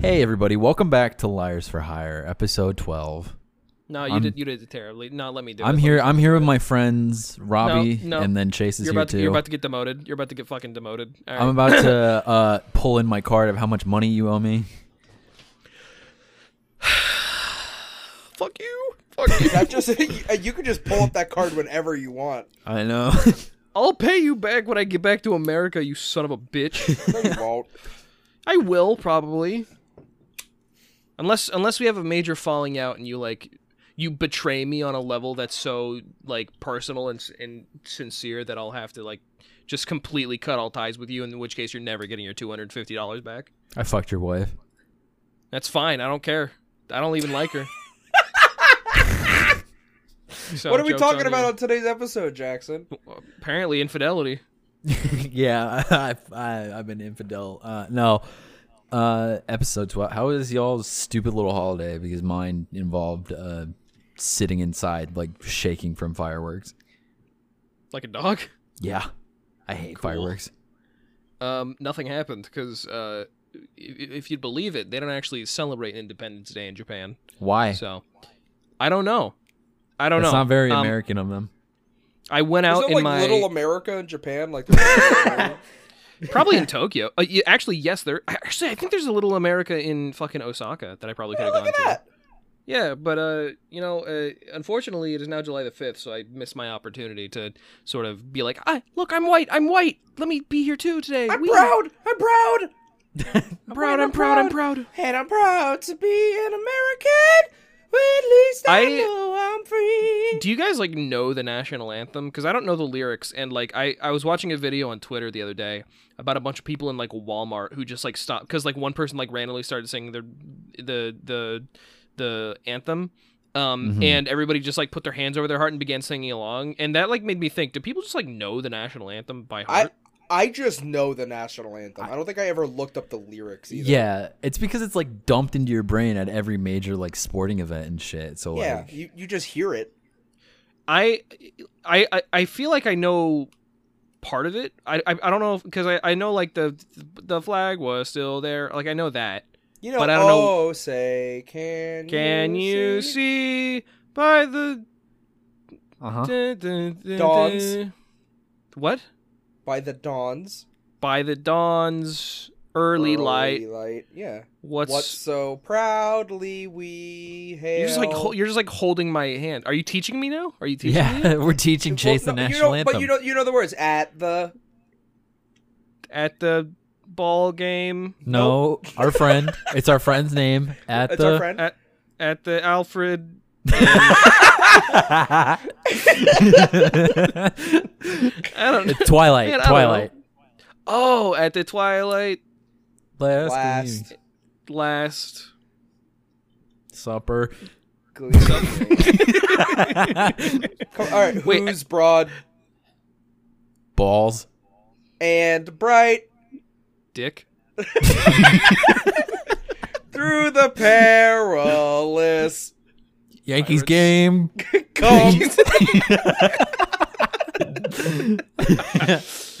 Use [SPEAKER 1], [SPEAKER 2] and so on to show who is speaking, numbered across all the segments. [SPEAKER 1] Hey everybody, welcome back to Liars for Hire, episode 12.
[SPEAKER 2] No, you
[SPEAKER 1] I'm-
[SPEAKER 2] did you did it terribly. No, let me do it.
[SPEAKER 1] I'm
[SPEAKER 2] Let
[SPEAKER 1] here
[SPEAKER 2] me-
[SPEAKER 1] I'm here with my friends Robbie
[SPEAKER 2] No, no.
[SPEAKER 1] and then Chase is
[SPEAKER 2] You're
[SPEAKER 1] here
[SPEAKER 2] about to,
[SPEAKER 1] too.
[SPEAKER 2] you're about to get demoted. You're about to get fucking demoted. All right.
[SPEAKER 1] I'm about to uh, pull in my card of how much money you owe me.
[SPEAKER 2] fuck you. Fuck you.
[SPEAKER 3] That just you can just pull up that card whenever you want.
[SPEAKER 1] I know.
[SPEAKER 2] I'll pay you back when I get back to America, you son of a bitch.
[SPEAKER 3] No, you won't.
[SPEAKER 2] I will probably. Unless unless we have a major falling out and you like you betray me on a level that's so like personal and s- and sincere that I'll have to like just completely cut all ties with you in which case you're never getting your $250 back.
[SPEAKER 1] I fucked your wife.
[SPEAKER 2] That's fine. I don't care. I don't even like her. So,
[SPEAKER 3] what are we
[SPEAKER 2] joke's
[SPEAKER 3] talking
[SPEAKER 2] on
[SPEAKER 3] about
[SPEAKER 2] you.
[SPEAKER 3] on today's episode, Jackson?
[SPEAKER 2] Apparently, infidelity.
[SPEAKER 1] yeah, I, I I've been infidel. Uh, no. Uh, episode 12. How was y'all's stupid little holiday because mine involved uh sitting inside like shaking from fireworks.
[SPEAKER 2] Like a dog.
[SPEAKER 1] Yeah. I hate fireworks.
[SPEAKER 2] Um, nothing happened because uh, i- if you'd believe it, they don't actually celebrate Independence Day in Japan.
[SPEAKER 1] Why?
[SPEAKER 2] So I don't know. I don't
[SPEAKER 1] That's
[SPEAKER 2] know.
[SPEAKER 1] not very
[SPEAKER 2] Um,
[SPEAKER 1] American of them.
[SPEAKER 2] I went
[SPEAKER 3] Is
[SPEAKER 2] out
[SPEAKER 3] it
[SPEAKER 2] in
[SPEAKER 3] like
[SPEAKER 2] my
[SPEAKER 3] Little America in Japan? Like there's-
[SPEAKER 2] probably in Tokyo. Uh, yeah, actually, yes, there. Actually, I think there's a Little America in fucking Osaka that I probably could have
[SPEAKER 3] look
[SPEAKER 2] gone
[SPEAKER 3] at
[SPEAKER 2] to.
[SPEAKER 3] that.
[SPEAKER 2] Yeah, but uh, you know, uh, unfortunately, it is now July the fifth, so I missed my opportunity to sort of be like, "Ah, look, I'm white. I'm white. Let me be here too today.
[SPEAKER 3] I'm
[SPEAKER 2] Wee.
[SPEAKER 3] proud. I'm proud.
[SPEAKER 2] I'm proud. I'm proud. I'm proud."
[SPEAKER 3] And I'm proud to be an American. Well, at least I,
[SPEAKER 2] I-
[SPEAKER 3] know I'm free.
[SPEAKER 2] Do you guys like know the national anthem? Because I don't know the lyrics, and like I I was watching a video on Twitter the other day about a bunch of people in like Walmart who just like stopped because like one person like randomly started singing their the the the anthem. Um,
[SPEAKER 1] Mhm.
[SPEAKER 2] and everybody just like put their hands over their heart and began singing along, and that like made me think: Do people just like know the national anthem by heart?
[SPEAKER 3] I I just know the national anthem. I don't think I ever looked up the lyrics either.
[SPEAKER 1] Yeah, it's because it's like dumped into your brain at every major like sporting event and shit. So
[SPEAKER 3] Yeah,
[SPEAKER 1] like,
[SPEAKER 3] you, you just hear it.
[SPEAKER 2] I, I, I- I feel like I know part of it. I, I, I don't know because I, I know like the the flag was still there. Like I know that.
[SPEAKER 3] You know,
[SPEAKER 2] But I don't know-
[SPEAKER 3] oh, say, can
[SPEAKER 2] Can you see by the
[SPEAKER 1] uh huh.
[SPEAKER 2] dun, dun, dun,
[SPEAKER 3] Dawns.
[SPEAKER 2] dun. What
[SPEAKER 3] by the dawn's
[SPEAKER 2] by the dawn's early, light?
[SPEAKER 3] light? Yeah.
[SPEAKER 2] What's,
[SPEAKER 3] What so proudly we hail.
[SPEAKER 2] you're just like hol- you're just like holding my hand. Are you teaching me now? Are you teaching me
[SPEAKER 1] Yeah, we're teaching
[SPEAKER 3] Well,
[SPEAKER 1] Chase
[SPEAKER 3] no,
[SPEAKER 1] the
[SPEAKER 3] you
[SPEAKER 1] national
[SPEAKER 3] know-
[SPEAKER 1] anthem.
[SPEAKER 3] But you know, you know the words at the.
[SPEAKER 2] at the ball game?
[SPEAKER 1] no, our friend. It's our friend's name at
[SPEAKER 3] It's
[SPEAKER 1] the.
[SPEAKER 3] our friend.
[SPEAKER 2] At, at the Alfred I don't know.
[SPEAKER 1] It's Twilight.
[SPEAKER 2] Man, I don't
[SPEAKER 1] Twilight.
[SPEAKER 2] Oh, at the twilight
[SPEAKER 1] Last,
[SPEAKER 3] Last
[SPEAKER 1] evening,
[SPEAKER 2] last.
[SPEAKER 1] supper.
[SPEAKER 3] gleaming. Come- all right,
[SPEAKER 2] Wait,
[SPEAKER 3] who's broad
[SPEAKER 1] Balls.
[SPEAKER 3] and bright
[SPEAKER 2] Dick.
[SPEAKER 3] through the perilous
[SPEAKER 2] Pirates.
[SPEAKER 1] Yankees game.
[SPEAKER 3] comes?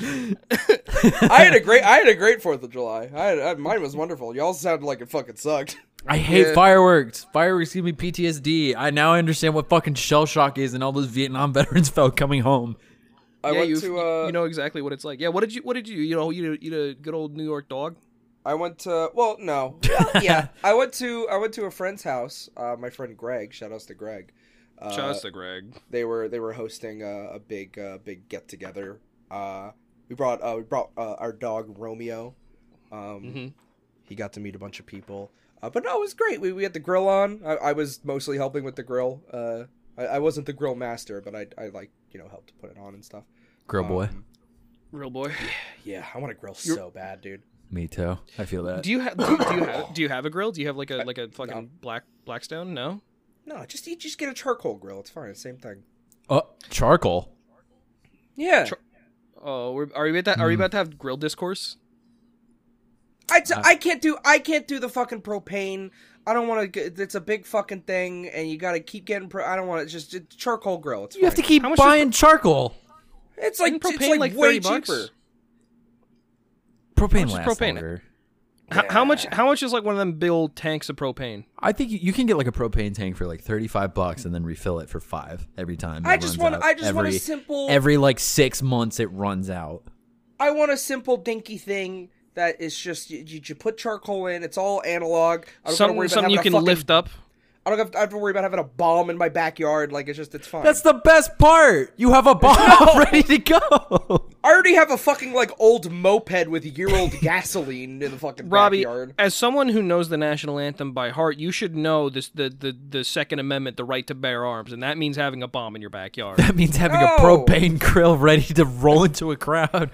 [SPEAKER 3] I had a great, I had a great Fourth of July. I had, I, mine was wonderful. Y'all sounded like it fucking sucked.
[SPEAKER 1] I hate
[SPEAKER 2] Yeah.
[SPEAKER 1] fireworks. Fireworks give me PTSD. I now understand what fucking shell shock is and all those Vietnam veterans felt coming home.
[SPEAKER 3] I
[SPEAKER 2] yeah,
[SPEAKER 3] went
[SPEAKER 2] you,
[SPEAKER 3] to, uh,
[SPEAKER 2] you know exactly what it's like. Yeah, what did you what did you you know you eat a good old New York dog?
[SPEAKER 3] I went to well, no, Well, yeah, I went to I went to a friend's house. Uh, my friend Greg, shout outs to Greg. Uh,
[SPEAKER 2] to Greg.
[SPEAKER 3] They were they were hosting a, a big uh, big get together. Uh, we brought uh, we brought uh, our dog Romeo. Um,
[SPEAKER 2] Mhm.
[SPEAKER 3] He got to meet a bunch of people, uh, but no, it was great. We, we had the grill on. I, I was mostly helping with the grill. Uh, I, I wasn't the grill master, but I I like you know helped put it on and stuff.
[SPEAKER 1] Girl boy.
[SPEAKER 3] Um,
[SPEAKER 2] Real boy.
[SPEAKER 3] yeah, I want to grill
[SPEAKER 2] You're-
[SPEAKER 3] so bad, dude.
[SPEAKER 1] Me too. I feel that.
[SPEAKER 2] Do you have do, do you have do you have a grill? Do you have like a like a fucking
[SPEAKER 3] Uh, no.
[SPEAKER 2] black blackstone? No.
[SPEAKER 3] No, just you just get a charcoal grill. It's fine. Same thing.
[SPEAKER 1] oh, charcoal.
[SPEAKER 3] Yeah.
[SPEAKER 2] Char- Oh, we're, are we about to, are we
[SPEAKER 3] Hmm.
[SPEAKER 2] about to have grill discourse?
[SPEAKER 3] I, t- I can't do I can't do the fucking propane. I don't want to. It's a big fucking thing, and you got to keep getting. Pro- I don't want to just, just charcoal grill. It's
[SPEAKER 1] You have to
[SPEAKER 3] fine.
[SPEAKER 1] keep
[SPEAKER 2] How much
[SPEAKER 1] buying charcoal.
[SPEAKER 3] It's like
[SPEAKER 2] Isn't
[SPEAKER 3] it's like, way cheaper.
[SPEAKER 2] bucks?
[SPEAKER 1] Propane
[SPEAKER 2] much is
[SPEAKER 1] lasts
[SPEAKER 2] propane?
[SPEAKER 1] longer.
[SPEAKER 2] H- how much? How much is like one of them big old tanks of propane?
[SPEAKER 1] I think you- you can get like a propane tank for like 35 bucks and then refill it for 5 every time.
[SPEAKER 3] I
[SPEAKER 1] it
[SPEAKER 3] just
[SPEAKER 1] runs
[SPEAKER 3] want
[SPEAKER 1] out.
[SPEAKER 3] I just
[SPEAKER 1] every,
[SPEAKER 3] want a simple
[SPEAKER 1] every like 6 months it runs out.
[SPEAKER 3] I want a simple dinky thing that is just you, you, you put charcoal in. It's all analog. I don't gotta worry
[SPEAKER 2] Something, something
[SPEAKER 3] about
[SPEAKER 2] you
[SPEAKER 3] having
[SPEAKER 2] can
[SPEAKER 3] a fucking-
[SPEAKER 2] lift up.
[SPEAKER 3] I don't have to, I have to worry about having a bomb in my backyard. Like it's just it's fine.
[SPEAKER 1] That's the best part. You have a bomb ready to go.
[SPEAKER 3] I already have a fucking like old moped with year old gasoline in the fucking
[SPEAKER 2] Robbie,
[SPEAKER 3] backyard.
[SPEAKER 2] as someone who knows the national anthem by heart, you should know this the, the, the Second Amendment, the right to bear arms, and that means having a bomb in your backyard.
[SPEAKER 1] That means having a
[SPEAKER 3] No.
[SPEAKER 1] propane grill ready to roll into a crowd.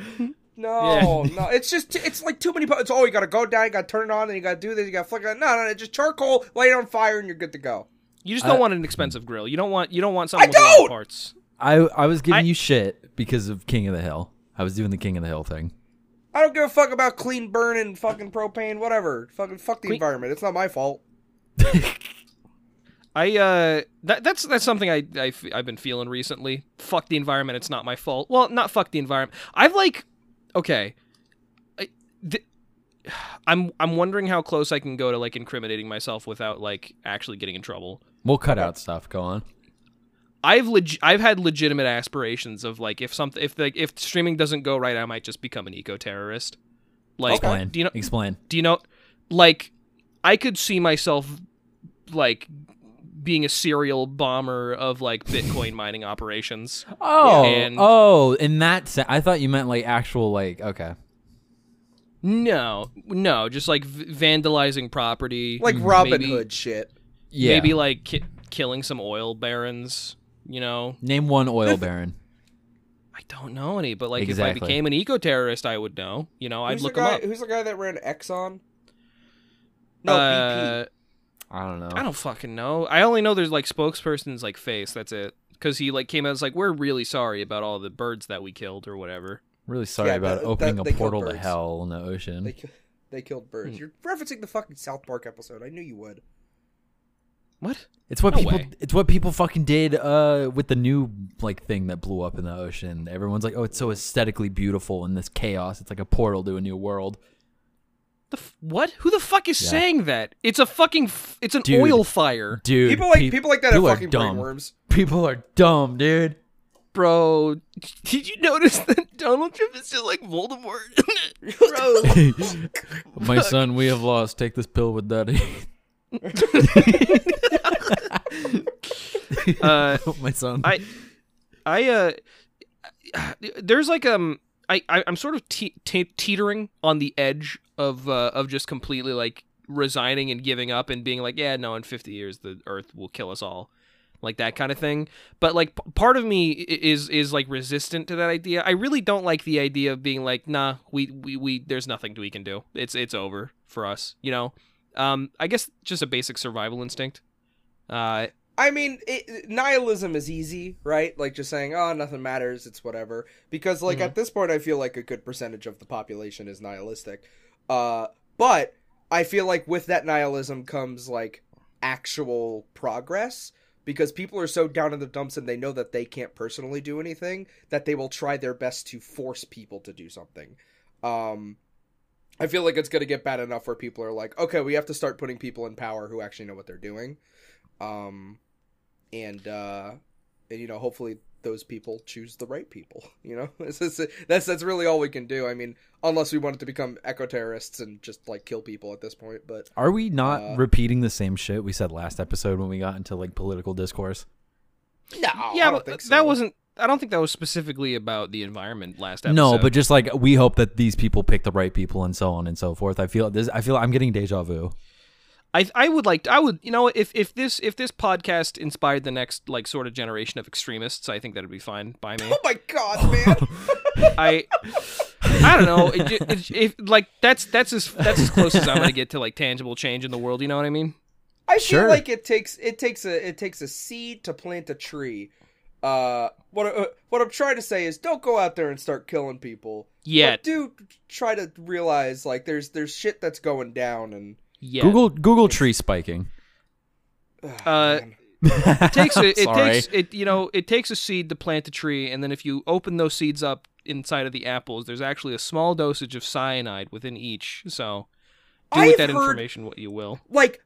[SPEAKER 3] No, no, it's just t- it's like too many. Po- it's oh, you gotta go down, you gotta turn it on, then you gotta do this, you gotta flick it. on. No, no, no, just charcoal, light it on fire, and you're good to go.
[SPEAKER 2] You just don't
[SPEAKER 1] I-
[SPEAKER 2] want an expensive grill. You don't want you don't want something
[SPEAKER 3] I
[SPEAKER 2] with a lot
[SPEAKER 3] don't!
[SPEAKER 2] of parts.
[SPEAKER 1] I I was giving
[SPEAKER 2] I-
[SPEAKER 1] you shit because of King of the Hill. I was doing the King of the Hill thing.
[SPEAKER 3] I don't give a fuck about clean burning, fucking propane, whatever. Fucking fuck the
[SPEAKER 2] Clean-
[SPEAKER 3] environment. It's not my fault.
[SPEAKER 2] I uh that that's that's something I, I have been feeling recently. Fuck the environment. It's not my fault. Well, not fuck the environment. I've like okay, I, th- I'm I'm wondering how close I can go to like incriminating myself without like actually getting in trouble.
[SPEAKER 1] We'll cut out stuff. Go on.
[SPEAKER 2] I've leg- I've had legitimate aspirations of like if something if like if streaming doesn't go right, I might just become an eco terrorist. Like
[SPEAKER 1] Explain.
[SPEAKER 2] do you know
[SPEAKER 1] Explain.
[SPEAKER 2] do you know like I could see myself like being a serial bomber of like Bitcoin mining operations.
[SPEAKER 1] Oh,
[SPEAKER 2] And-
[SPEAKER 1] oh, in that sense, I thought you meant like actual, like okay,
[SPEAKER 2] No, no, just like v- vandalizing property,
[SPEAKER 3] Like Robin
[SPEAKER 2] maybe-
[SPEAKER 3] Hood shit.
[SPEAKER 1] yeah.
[SPEAKER 2] maybe like ki- killing some oil barons. You know,
[SPEAKER 1] Name one oil baron.
[SPEAKER 2] I don't know any, but like
[SPEAKER 1] Exactly.
[SPEAKER 2] if I became an eco terrorist, I would know. You know, I'd
[SPEAKER 3] who's
[SPEAKER 2] look
[SPEAKER 3] the
[SPEAKER 2] them
[SPEAKER 3] guy,
[SPEAKER 2] up.
[SPEAKER 3] Who's the guy that ran Exxon? No, BP.
[SPEAKER 2] Uh,
[SPEAKER 1] I don't know.
[SPEAKER 2] I don't fucking know. I only know there's like spokesperson's like face. That's it. Because he like came out as like we're really sorry about all the birds that we killed or whatever.
[SPEAKER 1] really sorry
[SPEAKER 3] Yeah,
[SPEAKER 1] about
[SPEAKER 3] that-
[SPEAKER 1] opening
[SPEAKER 3] that- they
[SPEAKER 1] a
[SPEAKER 3] kill
[SPEAKER 1] portal to
[SPEAKER 3] birds.
[SPEAKER 1] hell in the ocean.
[SPEAKER 3] E They, ki- they killed
[SPEAKER 2] Hmm.
[SPEAKER 3] birds. You're referencing the fucking South Park episode. I knew you would.
[SPEAKER 2] What?
[SPEAKER 1] it's what
[SPEAKER 2] No
[SPEAKER 1] people.
[SPEAKER 2] way.
[SPEAKER 1] It's what people fucking did uh, with the new like thing that blew up in the ocean. Everyone's like, oh, it's so aesthetically beautiful in this chaos. It's like a portal to a new world.
[SPEAKER 2] The f- what? Who the fuck is
[SPEAKER 1] Yeah.
[SPEAKER 2] saying that? It's a fucking. F- it's an
[SPEAKER 1] Dude.
[SPEAKER 2] oil fire,
[SPEAKER 1] Dude,
[SPEAKER 3] people like
[SPEAKER 1] pe-
[SPEAKER 3] people like that are
[SPEAKER 1] people
[SPEAKER 3] fucking
[SPEAKER 1] dumb.
[SPEAKER 3] brainworms.
[SPEAKER 1] People are dumb, dude.
[SPEAKER 2] bro. Did you notice that Donald Trump is just like Voldemort, bro?
[SPEAKER 1] My son, we have lost. Take this pill with daddy.
[SPEAKER 2] Uh,
[SPEAKER 1] My son.
[SPEAKER 2] I- I uh, there's like um, I, I I'm sort of te- te- teetering on the edge of uh, of just completely like resigning and giving up and being like, yeah, no, in 50 years the Earth will kill us all, like that kind of thing. But like, p- part of me i- is is like resistant to that idea. I really don't like the idea of being like, nah, we we, we there's nothing we can do. It's it's over for us, you know. Um, I guess just a basic survival instinct. Uh,
[SPEAKER 3] I mean, it, nihilism is easy, right? Like just saying, "Oh, nothing matters. It's whatever." Because like
[SPEAKER 2] Mhm.
[SPEAKER 3] at this point, I feel like a good percentage of the population is nihilistic. Uh, but I feel like with that nihilism comes like actual progress because people are so down in the dumps and they know that they can't personally do anything that they will try their best to force people to do something. Um, I feel like it's going to get bad enough where people are like, okay, we have to start putting people in power who actually know what they're doing. Um, and, uh, and you know, hopefully those people choose the right people, you know, It's just- that's, that's really all we can do. I mean, unless we wanted to become eco terrorists and just like kill people at this point, but
[SPEAKER 1] Are we not
[SPEAKER 3] Uh,
[SPEAKER 1] repeating the same shit we said last episode when we got into like political discourse?
[SPEAKER 3] no,
[SPEAKER 2] yeah,
[SPEAKER 3] Oh, I don't
[SPEAKER 2] but
[SPEAKER 3] think
[SPEAKER 2] th- that
[SPEAKER 3] so.
[SPEAKER 2] wasn't. I don't think that was specifically about the environment last episode.
[SPEAKER 1] No, but just like we hope that these people pick the right people and so on and so forth. I feel this. I feel I'm getting deja vu.
[SPEAKER 2] I I would like I would you know if if this if this podcast inspired the next like sort of generation of extremists, I think that'd be fine by me.
[SPEAKER 3] Oh my god, man.
[SPEAKER 2] I I don't know it, ju- it, if like that's that's as that's as close as I'm gonna get to like tangible change in the world. You know what I mean?
[SPEAKER 3] I
[SPEAKER 1] Sure.
[SPEAKER 3] feel like it takes it takes a it takes a seed to plant a tree. Uh, what uh, what I'm trying to say is, don't go out there and start killing people.
[SPEAKER 2] Yeah,
[SPEAKER 3] But do try to realize like there's there's shit that's going down and
[SPEAKER 2] yeah.
[SPEAKER 1] Google Google tree spiking.
[SPEAKER 3] ugh,
[SPEAKER 2] Uh,
[SPEAKER 3] man.
[SPEAKER 2] It takes a, it
[SPEAKER 1] Sorry.
[SPEAKER 2] takes it you know it takes a seed to plant a tree, and then if you open those seeds up inside of the apples, there's actually a small dosage of cyanide within each. So Do with
[SPEAKER 3] I've
[SPEAKER 2] that
[SPEAKER 3] heard-
[SPEAKER 2] information what you will.
[SPEAKER 3] like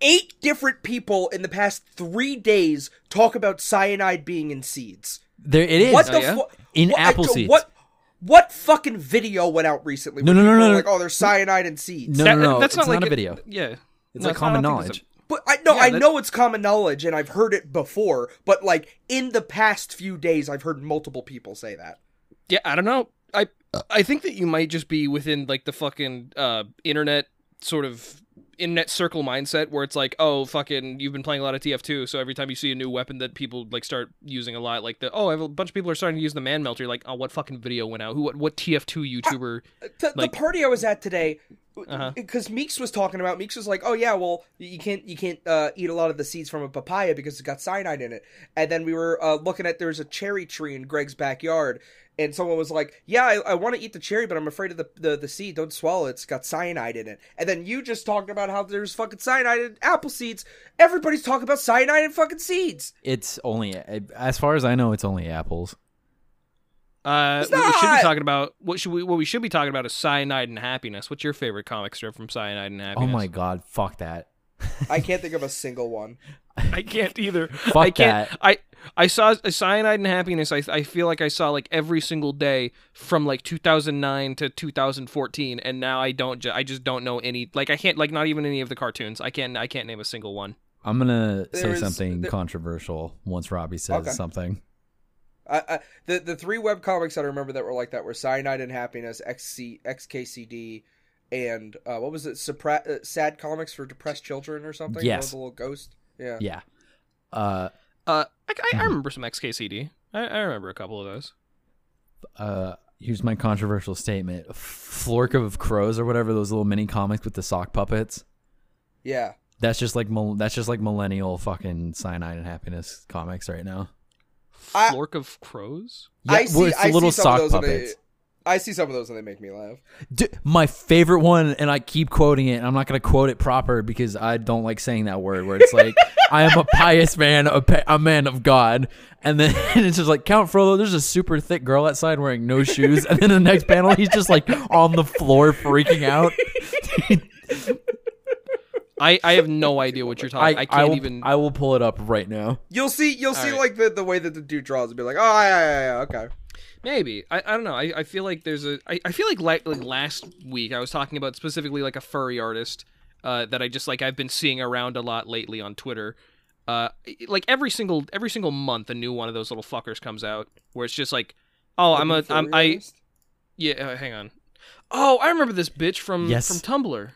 [SPEAKER 3] eight different people in the past three days talk about cyanide being in seeds.
[SPEAKER 1] There it is.
[SPEAKER 3] What
[SPEAKER 2] Oh,
[SPEAKER 3] the
[SPEAKER 2] yeah?
[SPEAKER 3] fuck?
[SPEAKER 1] In apple seeds.
[SPEAKER 3] What? What fucking video went out recently?
[SPEAKER 1] No, no,
[SPEAKER 3] where
[SPEAKER 1] no,
[SPEAKER 3] people
[SPEAKER 1] no,
[SPEAKER 3] were
[SPEAKER 1] no.
[SPEAKER 3] Like, oh, there's cyanide in seeds.
[SPEAKER 1] No,
[SPEAKER 2] That-
[SPEAKER 1] no, no.
[SPEAKER 2] that's
[SPEAKER 1] it's
[SPEAKER 2] not, like
[SPEAKER 1] a video.
[SPEAKER 2] Yeah.
[SPEAKER 1] It's
[SPEAKER 2] No, I
[SPEAKER 1] like
[SPEAKER 2] don't think
[SPEAKER 1] common
[SPEAKER 2] it's a-
[SPEAKER 1] knowledge.
[SPEAKER 3] But I no,
[SPEAKER 2] Yeah,
[SPEAKER 3] I
[SPEAKER 2] that-
[SPEAKER 3] know it's common knowledge, and I've heard it before. But like in the past few days, I've heard multiple people say that.
[SPEAKER 2] Yeah, I don't know. I I think that you might just be within like the fucking uh, internet sort of internet circle mindset where it's like, oh fucking, you've been playing a lot of TF2, so every time you see a new weapon that people like start using a lot, like the oh, I have a bunch of people are starting to use the man melter. You're like, oh, what fucking video went out? Who? What? What TF2 YouTuber?
[SPEAKER 3] The,
[SPEAKER 2] Like-
[SPEAKER 3] the party I was at today,
[SPEAKER 2] Uh-huh.
[SPEAKER 3] because Meeks was talking about. Meeks was like, "Oh yeah, well you can't you can't uh, eat a lot of the seeds from a papaya because it's got cyanide in it." And then we were uh, looking at there's a cherry tree in Greg's backyard, and someone was like, "Yeah, I, I want to eat the cherry, but I'm afraid of the, the the seed. Don't swallow it. It's got cyanide in it." And then you just talked about how there's fucking cyanide in apple seeds. Everybody's talking about cyanide in fucking seeds.
[SPEAKER 1] It's only, eh, as far as I know, it's only apples.
[SPEAKER 2] Uh,
[SPEAKER 3] It's
[SPEAKER 2] what we should
[SPEAKER 3] not!
[SPEAKER 2] be talking about what should we what we should be talking about is Cyanide and Happiness. What's your favorite comic strip from Cyanide and
[SPEAKER 1] Oh
[SPEAKER 2] Happiness?
[SPEAKER 1] my god, fuck that.
[SPEAKER 3] I can't think of a single one.
[SPEAKER 2] I can't either.
[SPEAKER 1] Fuck
[SPEAKER 2] I can't.
[SPEAKER 1] that.
[SPEAKER 2] I I saw a cyanide and happiness. I I feel like I saw like every single day from like 2009 to 2014, and now I don't. Ju- I just don't know any. Like I can't. Like not even any of the cartoons. I can't. I can't name a single one.
[SPEAKER 1] I'm gonna say
[SPEAKER 3] There is-
[SPEAKER 1] something
[SPEAKER 3] there-
[SPEAKER 1] controversial once Robbie says
[SPEAKER 3] Okay.
[SPEAKER 1] something.
[SPEAKER 3] I, I, the the three web comics that I remember that were like that were Cyanide and Happiness, XC, XKCD, and uh, what was it? Supra- uh, sad comics for depressed children or something.
[SPEAKER 1] Yes.
[SPEAKER 3] the little ghost. Yeah.
[SPEAKER 1] Yeah. Uh,
[SPEAKER 2] Uh, I, I, I
[SPEAKER 1] Mhm.
[SPEAKER 2] remember some XKCD. I, I remember a couple of those.
[SPEAKER 1] uh, here's my controversial statement: Flork of Crows or whatever those little mini comics with the sock puppets.
[SPEAKER 3] yeah.
[SPEAKER 1] That's just like mil- that's just like millennial fucking cyanide and happiness comics right now.
[SPEAKER 3] I-
[SPEAKER 2] Flork of crows.
[SPEAKER 1] Yeah,
[SPEAKER 3] I see.
[SPEAKER 1] well, it's the
[SPEAKER 3] I
[SPEAKER 1] little
[SPEAKER 3] see some
[SPEAKER 1] sock
[SPEAKER 3] of those and they,
[SPEAKER 1] puppets.
[SPEAKER 3] I see some of those and they make me laugh.
[SPEAKER 1] D- my favorite one, and I keep quoting it. And I'm not gonna quote it proper because I don't like saying that word. Where it's like, I am a pious man, a, pa- a man of God, and then it's just like Count Frollo. There's a super thick girl outside wearing no shoes, and then the next panel, he's just like on the floor freaking out.
[SPEAKER 2] I, I have no idea what you're talking. I, can't
[SPEAKER 1] will,
[SPEAKER 2] even.
[SPEAKER 1] I will pull it up right now.
[SPEAKER 3] You'll see. You'll see
[SPEAKER 2] right.
[SPEAKER 3] like the, the way that the dude draws and be like, oh yeah yeah yeah, yeah okay.
[SPEAKER 2] Maybe I, I don't know. I, I feel like there's a I, I feel like, like like last week I was talking about specifically like a furry artist uh, that I just like I've been seeing around a lot lately on Twitter. Uh, like every single every single month a new one of those little fuckers comes out where it's just like oh I'm a I'm I yeah uh, hang on oh I remember this bitch from
[SPEAKER 1] Yes.
[SPEAKER 2] from Tumblr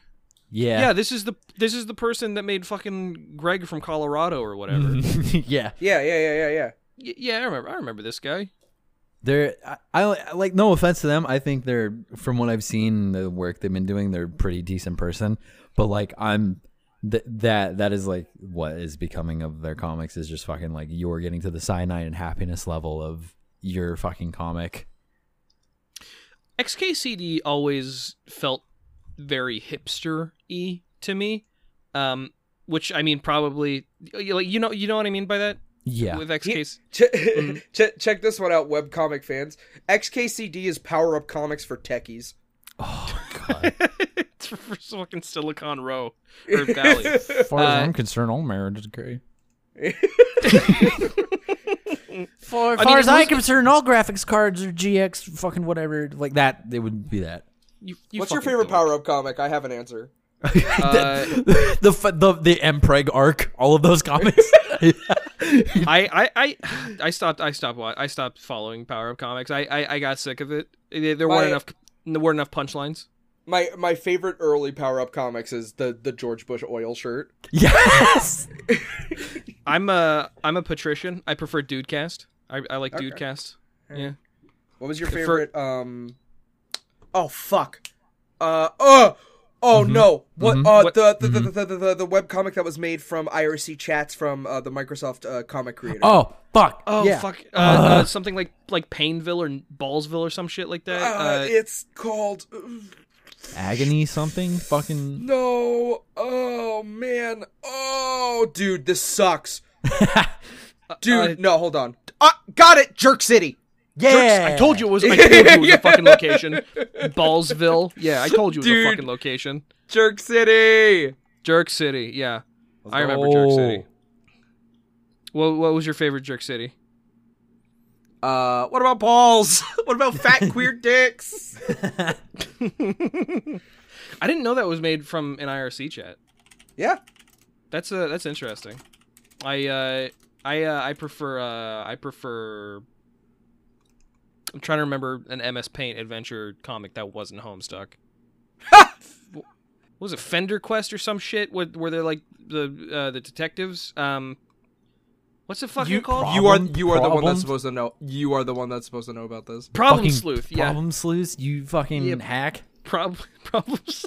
[SPEAKER 2] yeah.
[SPEAKER 1] Yeah,
[SPEAKER 2] this is the this is the person that made fucking Greg from Colorado or whatever
[SPEAKER 1] Mm-hmm. yeah.
[SPEAKER 3] Yeah yeah yeah yeah yeah.
[SPEAKER 2] Y- yeah I remember I remember this guy
[SPEAKER 1] They're I, I like no offense to them. I think they're from what I've seen the work they've been doing, they're a pretty decent person. But like I'm th- that that is like what is becoming of their comics is just fucking like you're getting to the cyanide and happiness level of your fucking comic.
[SPEAKER 2] XKCD always felt very hipster y to me. Um, which I mean, probably you, like you know you know what I mean by that
[SPEAKER 1] Yeah.
[SPEAKER 2] with XKCD.
[SPEAKER 3] Che-
[SPEAKER 1] Mm-hmm.
[SPEAKER 3] che- check this one out, webcomic fans. XKCD is power up comics for techies.
[SPEAKER 1] oh god.
[SPEAKER 2] it's for fucking Silicon Row or Valley.
[SPEAKER 1] As far as
[SPEAKER 2] Uh,
[SPEAKER 1] I'm concerned, all marriage is gay. For, as
[SPEAKER 2] I mean, far as it I'm was-
[SPEAKER 1] concerned, all graphics cards are GX fucking whatever like that. They would be that.
[SPEAKER 2] You, you
[SPEAKER 3] What's your
[SPEAKER 2] fucking
[SPEAKER 3] favorite
[SPEAKER 2] dork.
[SPEAKER 3] power up comic? I have an answer.
[SPEAKER 2] Uh,
[SPEAKER 1] the f- the the Mpreg arc, all of those comics.
[SPEAKER 2] I, I I I stopped I stopped wa- I stopped following Power Up Comics. I, I, I got sick of it. There there
[SPEAKER 3] My-
[SPEAKER 2] weren't enough there weren't enough punchlines.
[SPEAKER 3] My my favorite early power up comics is the the George Bush oil shirt.
[SPEAKER 1] yes.
[SPEAKER 2] I'm a I'm a patrician. I prefer Dudecast. I, I like
[SPEAKER 3] Okay.
[SPEAKER 2] Dudecast. Yeah.
[SPEAKER 3] What was your
[SPEAKER 2] For-
[SPEAKER 3] favorite? Um. Oh fuck. Uh. Oh. Oh no! What?
[SPEAKER 1] Mhm.
[SPEAKER 3] Uh.
[SPEAKER 2] What-
[SPEAKER 3] The, the, the, the, the the the web comic that was made from IRC chats from uh, the Microsoft uh, comic creator.
[SPEAKER 1] Oh fuck.
[SPEAKER 2] Oh
[SPEAKER 1] Yeah.
[SPEAKER 2] fuck! Uh, uh, something like like Painville or Ballsville or some shit like that.
[SPEAKER 3] Uh,
[SPEAKER 2] Uh,
[SPEAKER 3] it's called
[SPEAKER 1] Agony something. Fucking.
[SPEAKER 3] no. Oh man. Oh dude, this sucks. Dude,
[SPEAKER 2] uh,
[SPEAKER 3] no, hold on. Uh, got it, Jerk City.
[SPEAKER 2] Jerks, I told you it was. I told you it was a fucking location. Ballsville. Yeah, I told you it was
[SPEAKER 3] Dude.
[SPEAKER 2] a fucking location.
[SPEAKER 3] Jerk City.
[SPEAKER 2] Jerk City. Yeah. I remember Jerk City. What What was your favorite Jerk City?
[SPEAKER 3] Uh, what about balls? what about fat queer dicks?
[SPEAKER 2] I didn't know that was made from an IRC chat.
[SPEAKER 3] Yeah.
[SPEAKER 2] That's uh that's interesting. I uh I uh, I prefer uh I prefer I'm trying to remember an MS Paint adventure comic that wasn't Homestuck. What was it Fender Quest or some shit where where they're like the uh, the detectives um What's the fucking called?
[SPEAKER 1] Problem-
[SPEAKER 3] You are you are the one
[SPEAKER 1] problems?
[SPEAKER 3] that's supposed to know. You are the one that's supposed to know about this.
[SPEAKER 2] problem
[SPEAKER 1] fucking
[SPEAKER 2] sleuth, yeah.
[SPEAKER 1] Problem sleuth, you fucking
[SPEAKER 2] Yep.
[SPEAKER 1] hack.
[SPEAKER 2] Problem problems.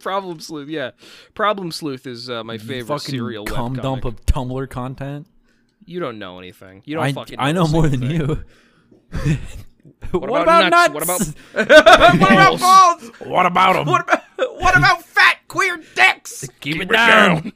[SPEAKER 2] problem sleuth, yeah. Problem sleuth is uh, my
[SPEAKER 1] You
[SPEAKER 2] favorite
[SPEAKER 1] fucking
[SPEAKER 2] serial
[SPEAKER 1] cum
[SPEAKER 2] webcomic.
[SPEAKER 1] dump of Tumblr content.
[SPEAKER 2] You don't know anything. You don't
[SPEAKER 1] I,
[SPEAKER 2] fucking.
[SPEAKER 1] I
[SPEAKER 2] a
[SPEAKER 1] know more
[SPEAKER 2] single
[SPEAKER 1] than
[SPEAKER 2] thing.
[SPEAKER 1] you. what,
[SPEAKER 2] about
[SPEAKER 1] nuts?
[SPEAKER 2] nuts? What about-
[SPEAKER 3] what about balls?
[SPEAKER 1] what about them?
[SPEAKER 3] What about what about fat queer dicks?
[SPEAKER 1] Keep, it down.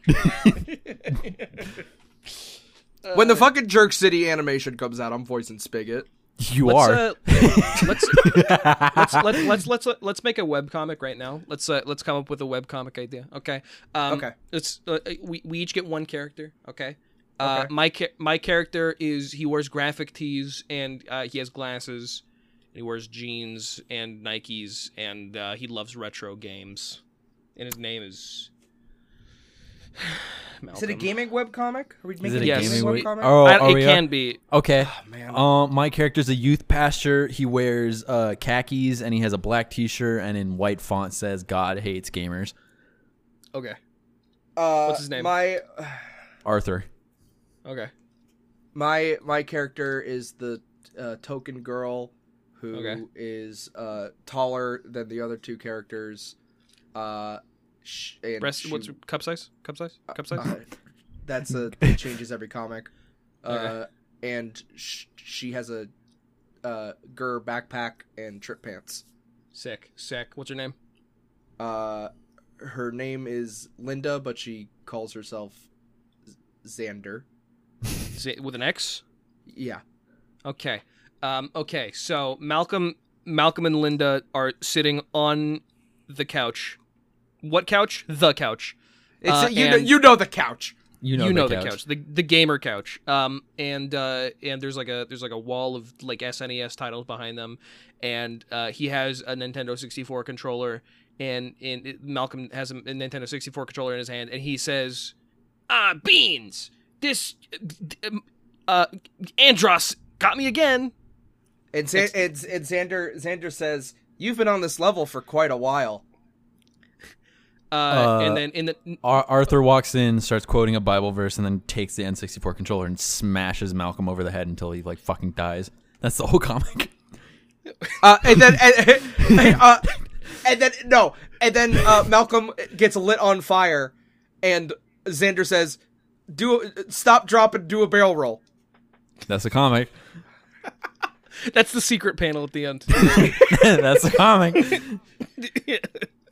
[SPEAKER 3] when the fucking Jerk City animation comes out, I'm voicing Spigot.
[SPEAKER 1] You
[SPEAKER 2] Let's,
[SPEAKER 1] are.
[SPEAKER 2] uh, let's, let's let's let's let's uh, let's make a webcomic right now. Let's uh, let's come up with a webcomic idea. Okay. Um,
[SPEAKER 3] Okay.
[SPEAKER 2] Let's uh, we we each get one character. Okay. Uh, My cha- my character is he wears graphic tees and uh, he has glasses. And he wears jeans and Nikes and uh, he loves retro games. And his name is.
[SPEAKER 3] Is it a
[SPEAKER 2] Malcolm.
[SPEAKER 3] gaming webcomic? Are we making
[SPEAKER 1] Is it a
[SPEAKER 2] Yes.
[SPEAKER 1] gaming
[SPEAKER 2] Web
[SPEAKER 1] week?
[SPEAKER 3] webcomic? Oh,
[SPEAKER 1] Oh,
[SPEAKER 2] I-
[SPEAKER 1] are
[SPEAKER 2] it
[SPEAKER 1] we up?
[SPEAKER 2] can be.
[SPEAKER 1] Okay.
[SPEAKER 3] man.
[SPEAKER 1] Um, my character's a youth pastor. He wears uh, khakis and he has a black T-shirt and in white font says "God hates gamers."
[SPEAKER 2] Okay.
[SPEAKER 3] Uh,
[SPEAKER 2] What's his name?
[SPEAKER 3] My
[SPEAKER 1] Arthur.
[SPEAKER 2] Okay.
[SPEAKER 3] my my character is the uh, token girl who is
[SPEAKER 2] Okay.
[SPEAKER 3] uh, taller than the other two characters. Uh, sh- and
[SPEAKER 2] Breast.
[SPEAKER 3] she-
[SPEAKER 2] What's cup size? Cup size? Cup size?
[SPEAKER 3] uh, that's a it changes every comic. Uh,
[SPEAKER 2] Okay.
[SPEAKER 3] and sh- she has a uh, gur backpack and trip pants.
[SPEAKER 2] Sick. Sick. What's your name?
[SPEAKER 3] Uh, her name is Linda, but she calls herself Z- Xander.
[SPEAKER 2] Is it with an X?
[SPEAKER 3] Yeah.
[SPEAKER 2] Okay. Um, okay. So Malcolm, Malcolm and Linda are sitting on the couch. What couch? The couch.
[SPEAKER 3] It's
[SPEAKER 2] Uh,
[SPEAKER 3] you know
[SPEAKER 2] and-
[SPEAKER 3] you know the couch.
[SPEAKER 1] You know, the, couch.
[SPEAKER 2] the couch, the the gamer couch. Um, and uh, and there's like a there's like a wall of like SNES titles behind them, and uh, he has a Nintendo 64 controller, and and it- Malcolm has a, a Nintendo 64 controller in his hand, and he says, "Ah, beans! This uh, uh, Andros got me again."
[SPEAKER 3] And, Xan- and, and Xander Xander says you've been on this level for quite a while.
[SPEAKER 2] Uh,
[SPEAKER 1] Uh,
[SPEAKER 2] and then in the
[SPEAKER 1] Ar- Arthur walks in, starts quoting a Bible verse, and then takes the N64 controller and smashes Malcolm over the head until he like fucking dies. That's the whole comic.
[SPEAKER 3] Uh, and then and, and, uh, and then no, and then uh, Malcolm gets lit on fire, and Xander says, "Do a- stop, drop, and do a barrel roll."
[SPEAKER 1] That's a comic.
[SPEAKER 2] that's the secret panel at the end.
[SPEAKER 1] That's a comic. Mm-hmm.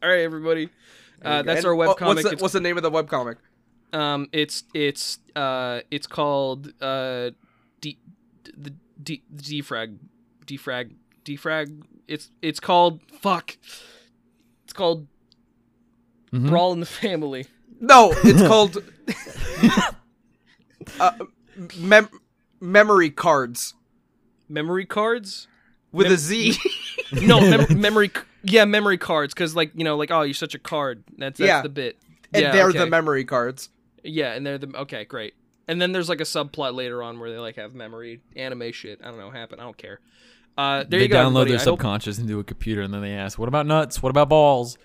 [SPEAKER 2] All right, everybody. Uh, that's
[SPEAKER 3] And-
[SPEAKER 2] our
[SPEAKER 3] oh,
[SPEAKER 2] webcomic.
[SPEAKER 3] What's the,
[SPEAKER 2] It's-
[SPEAKER 3] what's the name of the webcomic?
[SPEAKER 2] um, it's it's uh, it's called uh, D, the D, defrag, defrag, defrag. It's it's called fuck. It's called
[SPEAKER 1] Mhm.
[SPEAKER 3] Hmm?
[SPEAKER 2] brawl in the family.
[SPEAKER 3] No, it's called uh, mem- memory cards
[SPEAKER 2] Memory cards.
[SPEAKER 3] with a Z.
[SPEAKER 2] No, mem- memory. c- Yeah, memory cards. Because like you know, like oh, you're such a card. That's that's
[SPEAKER 3] Yeah.
[SPEAKER 2] the bit.
[SPEAKER 3] and
[SPEAKER 2] yeah,
[SPEAKER 3] they're
[SPEAKER 2] okay.
[SPEAKER 3] the memory cards.
[SPEAKER 2] Yeah, and they're the okay, great. And then there's like a subplot later on where they like have memory anime shit. I don't know, happen. I don't care. Uh, there
[SPEAKER 1] they
[SPEAKER 2] you go.
[SPEAKER 1] download
[SPEAKER 2] everybody.
[SPEAKER 1] their
[SPEAKER 2] I hope-
[SPEAKER 1] subconscious into a computer, and then they ask, "What about nuts? What about balls?"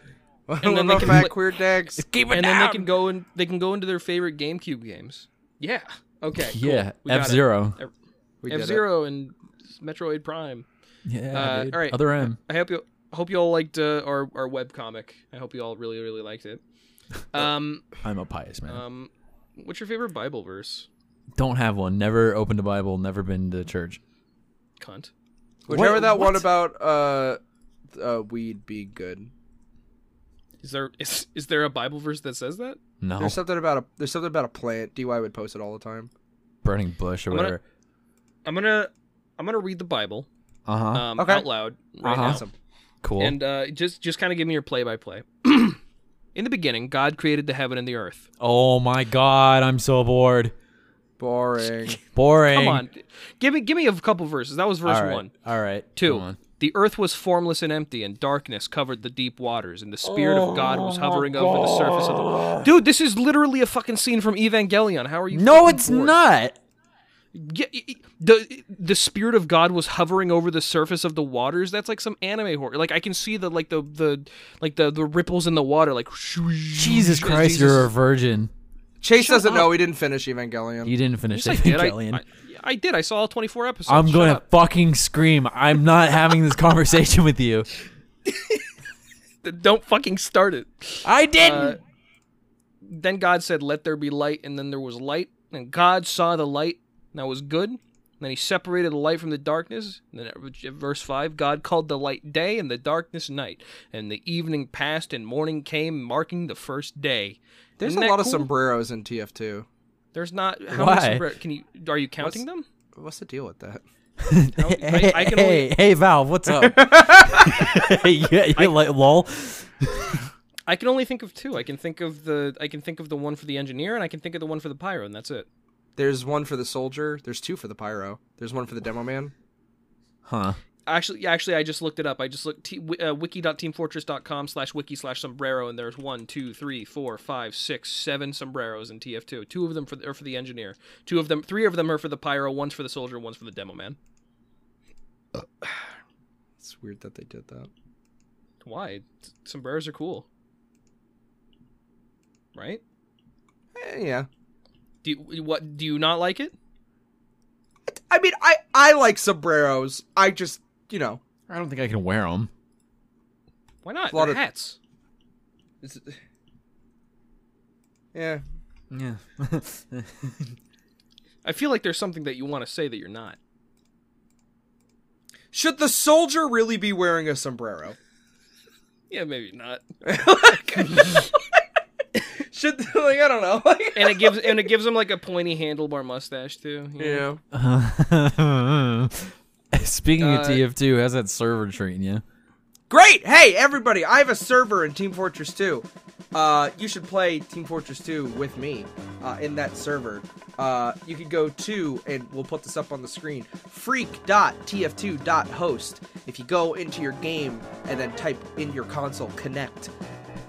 [SPEAKER 3] What
[SPEAKER 2] then they
[SPEAKER 3] about
[SPEAKER 2] can
[SPEAKER 3] fat
[SPEAKER 2] pla-
[SPEAKER 3] queer dicks.
[SPEAKER 1] Keep
[SPEAKER 2] and then they can go and they can go into their favorite GameCube games. Yeah. Okay. cool.
[SPEAKER 1] yeah,
[SPEAKER 2] We got it. Uh,
[SPEAKER 1] F Zero.
[SPEAKER 3] We did it.
[SPEAKER 2] F Zero and Metroid Prime.
[SPEAKER 1] Yeah,
[SPEAKER 2] Uh,
[SPEAKER 1] dude.
[SPEAKER 2] all right.
[SPEAKER 1] Other M.
[SPEAKER 2] I hope you hope you all liked uh, our our webcomic. I hope you all really really liked it. Um
[SPEAKER 1] I'm a pious man.
[SPEAKER 2] um, what's your favorite Bible verse?
[SPEAKER 1] Don't have one. Never opened a Bible. Never been to church.
[SPEAKER 2] Cunt.
[SPEAKER 3] Whichever
[SPEAKER 1] What-
[SPEAKER 3] that one
[SPEAKER 1] what?
[SPEAKER 3] about uh, uh, weed being good.
[SPEAKER 2] Is there is is there a Bible verse that says that?
[SPEAKER 1] No,
[SPEAKER 3] There's something about a there's something about a plant. DY would post it all the time.
[SPEAKER 1] burning bush or
[SPEAKER 2] I'm gonna-
[SPEAKER 1] whatever.
[SPEAKER 2] I'm gonna I'm gonna read the Bible
[SPEAKER 1] Uh huh.
[SPEAKER 2] um,
[SPEAKER 3] okay.
[SPEAKER 2] out loud right
[SPEAKER 1] Uh-huh.
[SPEAKER 2] now.
[SPEAKER 3] Awesome.
[SPEAKER 1] cool.
[SPEAKER 2] and uh, just just kind of give me your play by play. In the beginning, God created the heaven and the earth.
[SPEAKER 1] Oh my god, I'm so bored.
[SPEAKER 3] Boring.
[SPEAKER 1] Boring.
[SPEAKER 2] Come on, give me give me a couple verses. That was verse
[SPEAKER 1] All right.
[SPEAKER 2] one.
[SPEAKER 1] All right. Come
[SPEAKER 2] Two.
[SPEAKER 1] on.
[SPEAKER 2] The earth was formless and empty, and darkness covered the deep waters, and the spirit of God was hovering over the surface of the. Dude, this is literally a fucking scene from Evangelion. How are you?
[SPEAKER 1] No,
[SPEAKER 2] fucking
[SPEAKER 1] it's
[SPEAKER 2] bored?
[SPEAKER 1] not.
[SPEAKER 2] Yeah, y- y- the the spirit of God was hovering over the surface of the waters. That's like some anime horror. Like I can see the like the the like the the ripples in the water. Like
[SPEAKER 1] Jesus Christ, you're a virgin.
[SPEAKER 3] Chase
[SPEAKER 2] Shut
[SPEAKER 3] doesn't
[SPEAKER 2] up.
[SPEAKER 3] know. He didn't finish Evangelion.
[SPEAKER 1] You didn't finish
[SPEAKER 2] Yes, I did. I,
[SPEAKER 1] Evangelion.
[SPEAKER 2] I, I did. I saw all twenty four episodes.
[SPEAKER 1] I'm
[SPEAKER 2] Shut
[SPEAKER 1] going to
[SPEAKER 2] up.
[SPEAKER 1] fucking scream. I'm not having this conversation with you.
[SPEAKER 2] Don't fucking start it.
[SPEAKER 1] I didn't.
[SPEAKER 2] Uh, then God said, "Let there be light," and then there was light. And God saw the light, and that was good. And then He separated the light from the darkness. And then, at verse five, God called the light day, and the darkness night. And the evening passed, and morning came, marking the first day.
[SPEAKER 3] There's a
[SPEAKER 2] Isn't that
[SPEAKER 3] lot of
[SPEAKER 2] cool?
[SPEAKER 3] sombreros in TF2.
[SPEAKER 2] There's not how
[SPEAKER 1] Why?
[SPEAKER 2] many. sombra- Can you? Are you counting them?
[SPEAKER 3] What's the deal with that?
[SPEAKER 1] hey,
[SPEAKER 2] I can
[SPEAKER 1] hey,
[SPEAKER 2] only-
[SPEAKER 1] hey, Valve, what's up? yeah, you like lol.
[SPEAKER 2] I can only think of two. I can think of the. I can think of the one for the engineer, and I can think of the one for the pyro, and that's it.
[SPEAKER 3] There's one for the soldier. There's two for the pyro. There's one for the demo man.
[SPEAKER 1] Huh.
[SPEAKER 2] Actually, yeah, actually, I just looked it up. I just looked t- wi- uh, wiki.teamfortress.com slash wiki slash sombrero, and there's one, two, three, four, five, six, seven sombreros in TF2. Two of them for the, are for the engineer. Two of them, three of them are for the pyro. One's for the soldier. One's for the demo man.
[SPEAKER 3] It's weird that they did that.
[SPEAKER 2] Why? Sombreros are cool, right?
[SPEAKER 3] Eh, yeah.
[SPEAKER 2] Do you, what? Do you not like it?
[SPEAKER 3] I mean, I I like sombreros. I just you know,
[SPEAKER 1] I don't think I can wear them.
[SPEAKER 2] Why not?
[SPEAKER 3] A lot
[SPEAKER 2] They're
[SPEAKER 3] of-
[SPEAKER 2] hats.
[SPEAKER 3] it's, yeah.
[SPEAKER 1] Yeah.
[SPEAKER 2] I feel like there's something that you want to say that you're not.
[SPEAKER 3] Should the soldier really be wearing a sombrero?
[SPEAKER 2] Yeah, maybe not.
[SPEAKER 3] Should like I don't know. Like,
[SPEAKER 2] And it gives and it gives them like a pointy handlebar mustache too. you know?
[SPEAKER 3] yeah.
[SPEAKER 1] Speaking
[SPEAKER 2] Uh,
[SPEAKER 1] of TF2, how's that server treating you?
[SPEAKER 3] Great! Hey, everybody! I have a server in Team Fortress 2. Uh, you should play Team Fortress 2 with me uh, in that server. Uh, you can go to, and we'll put this up on the screen, freak.tf2.host. If you go into your game and then type in your console, connect,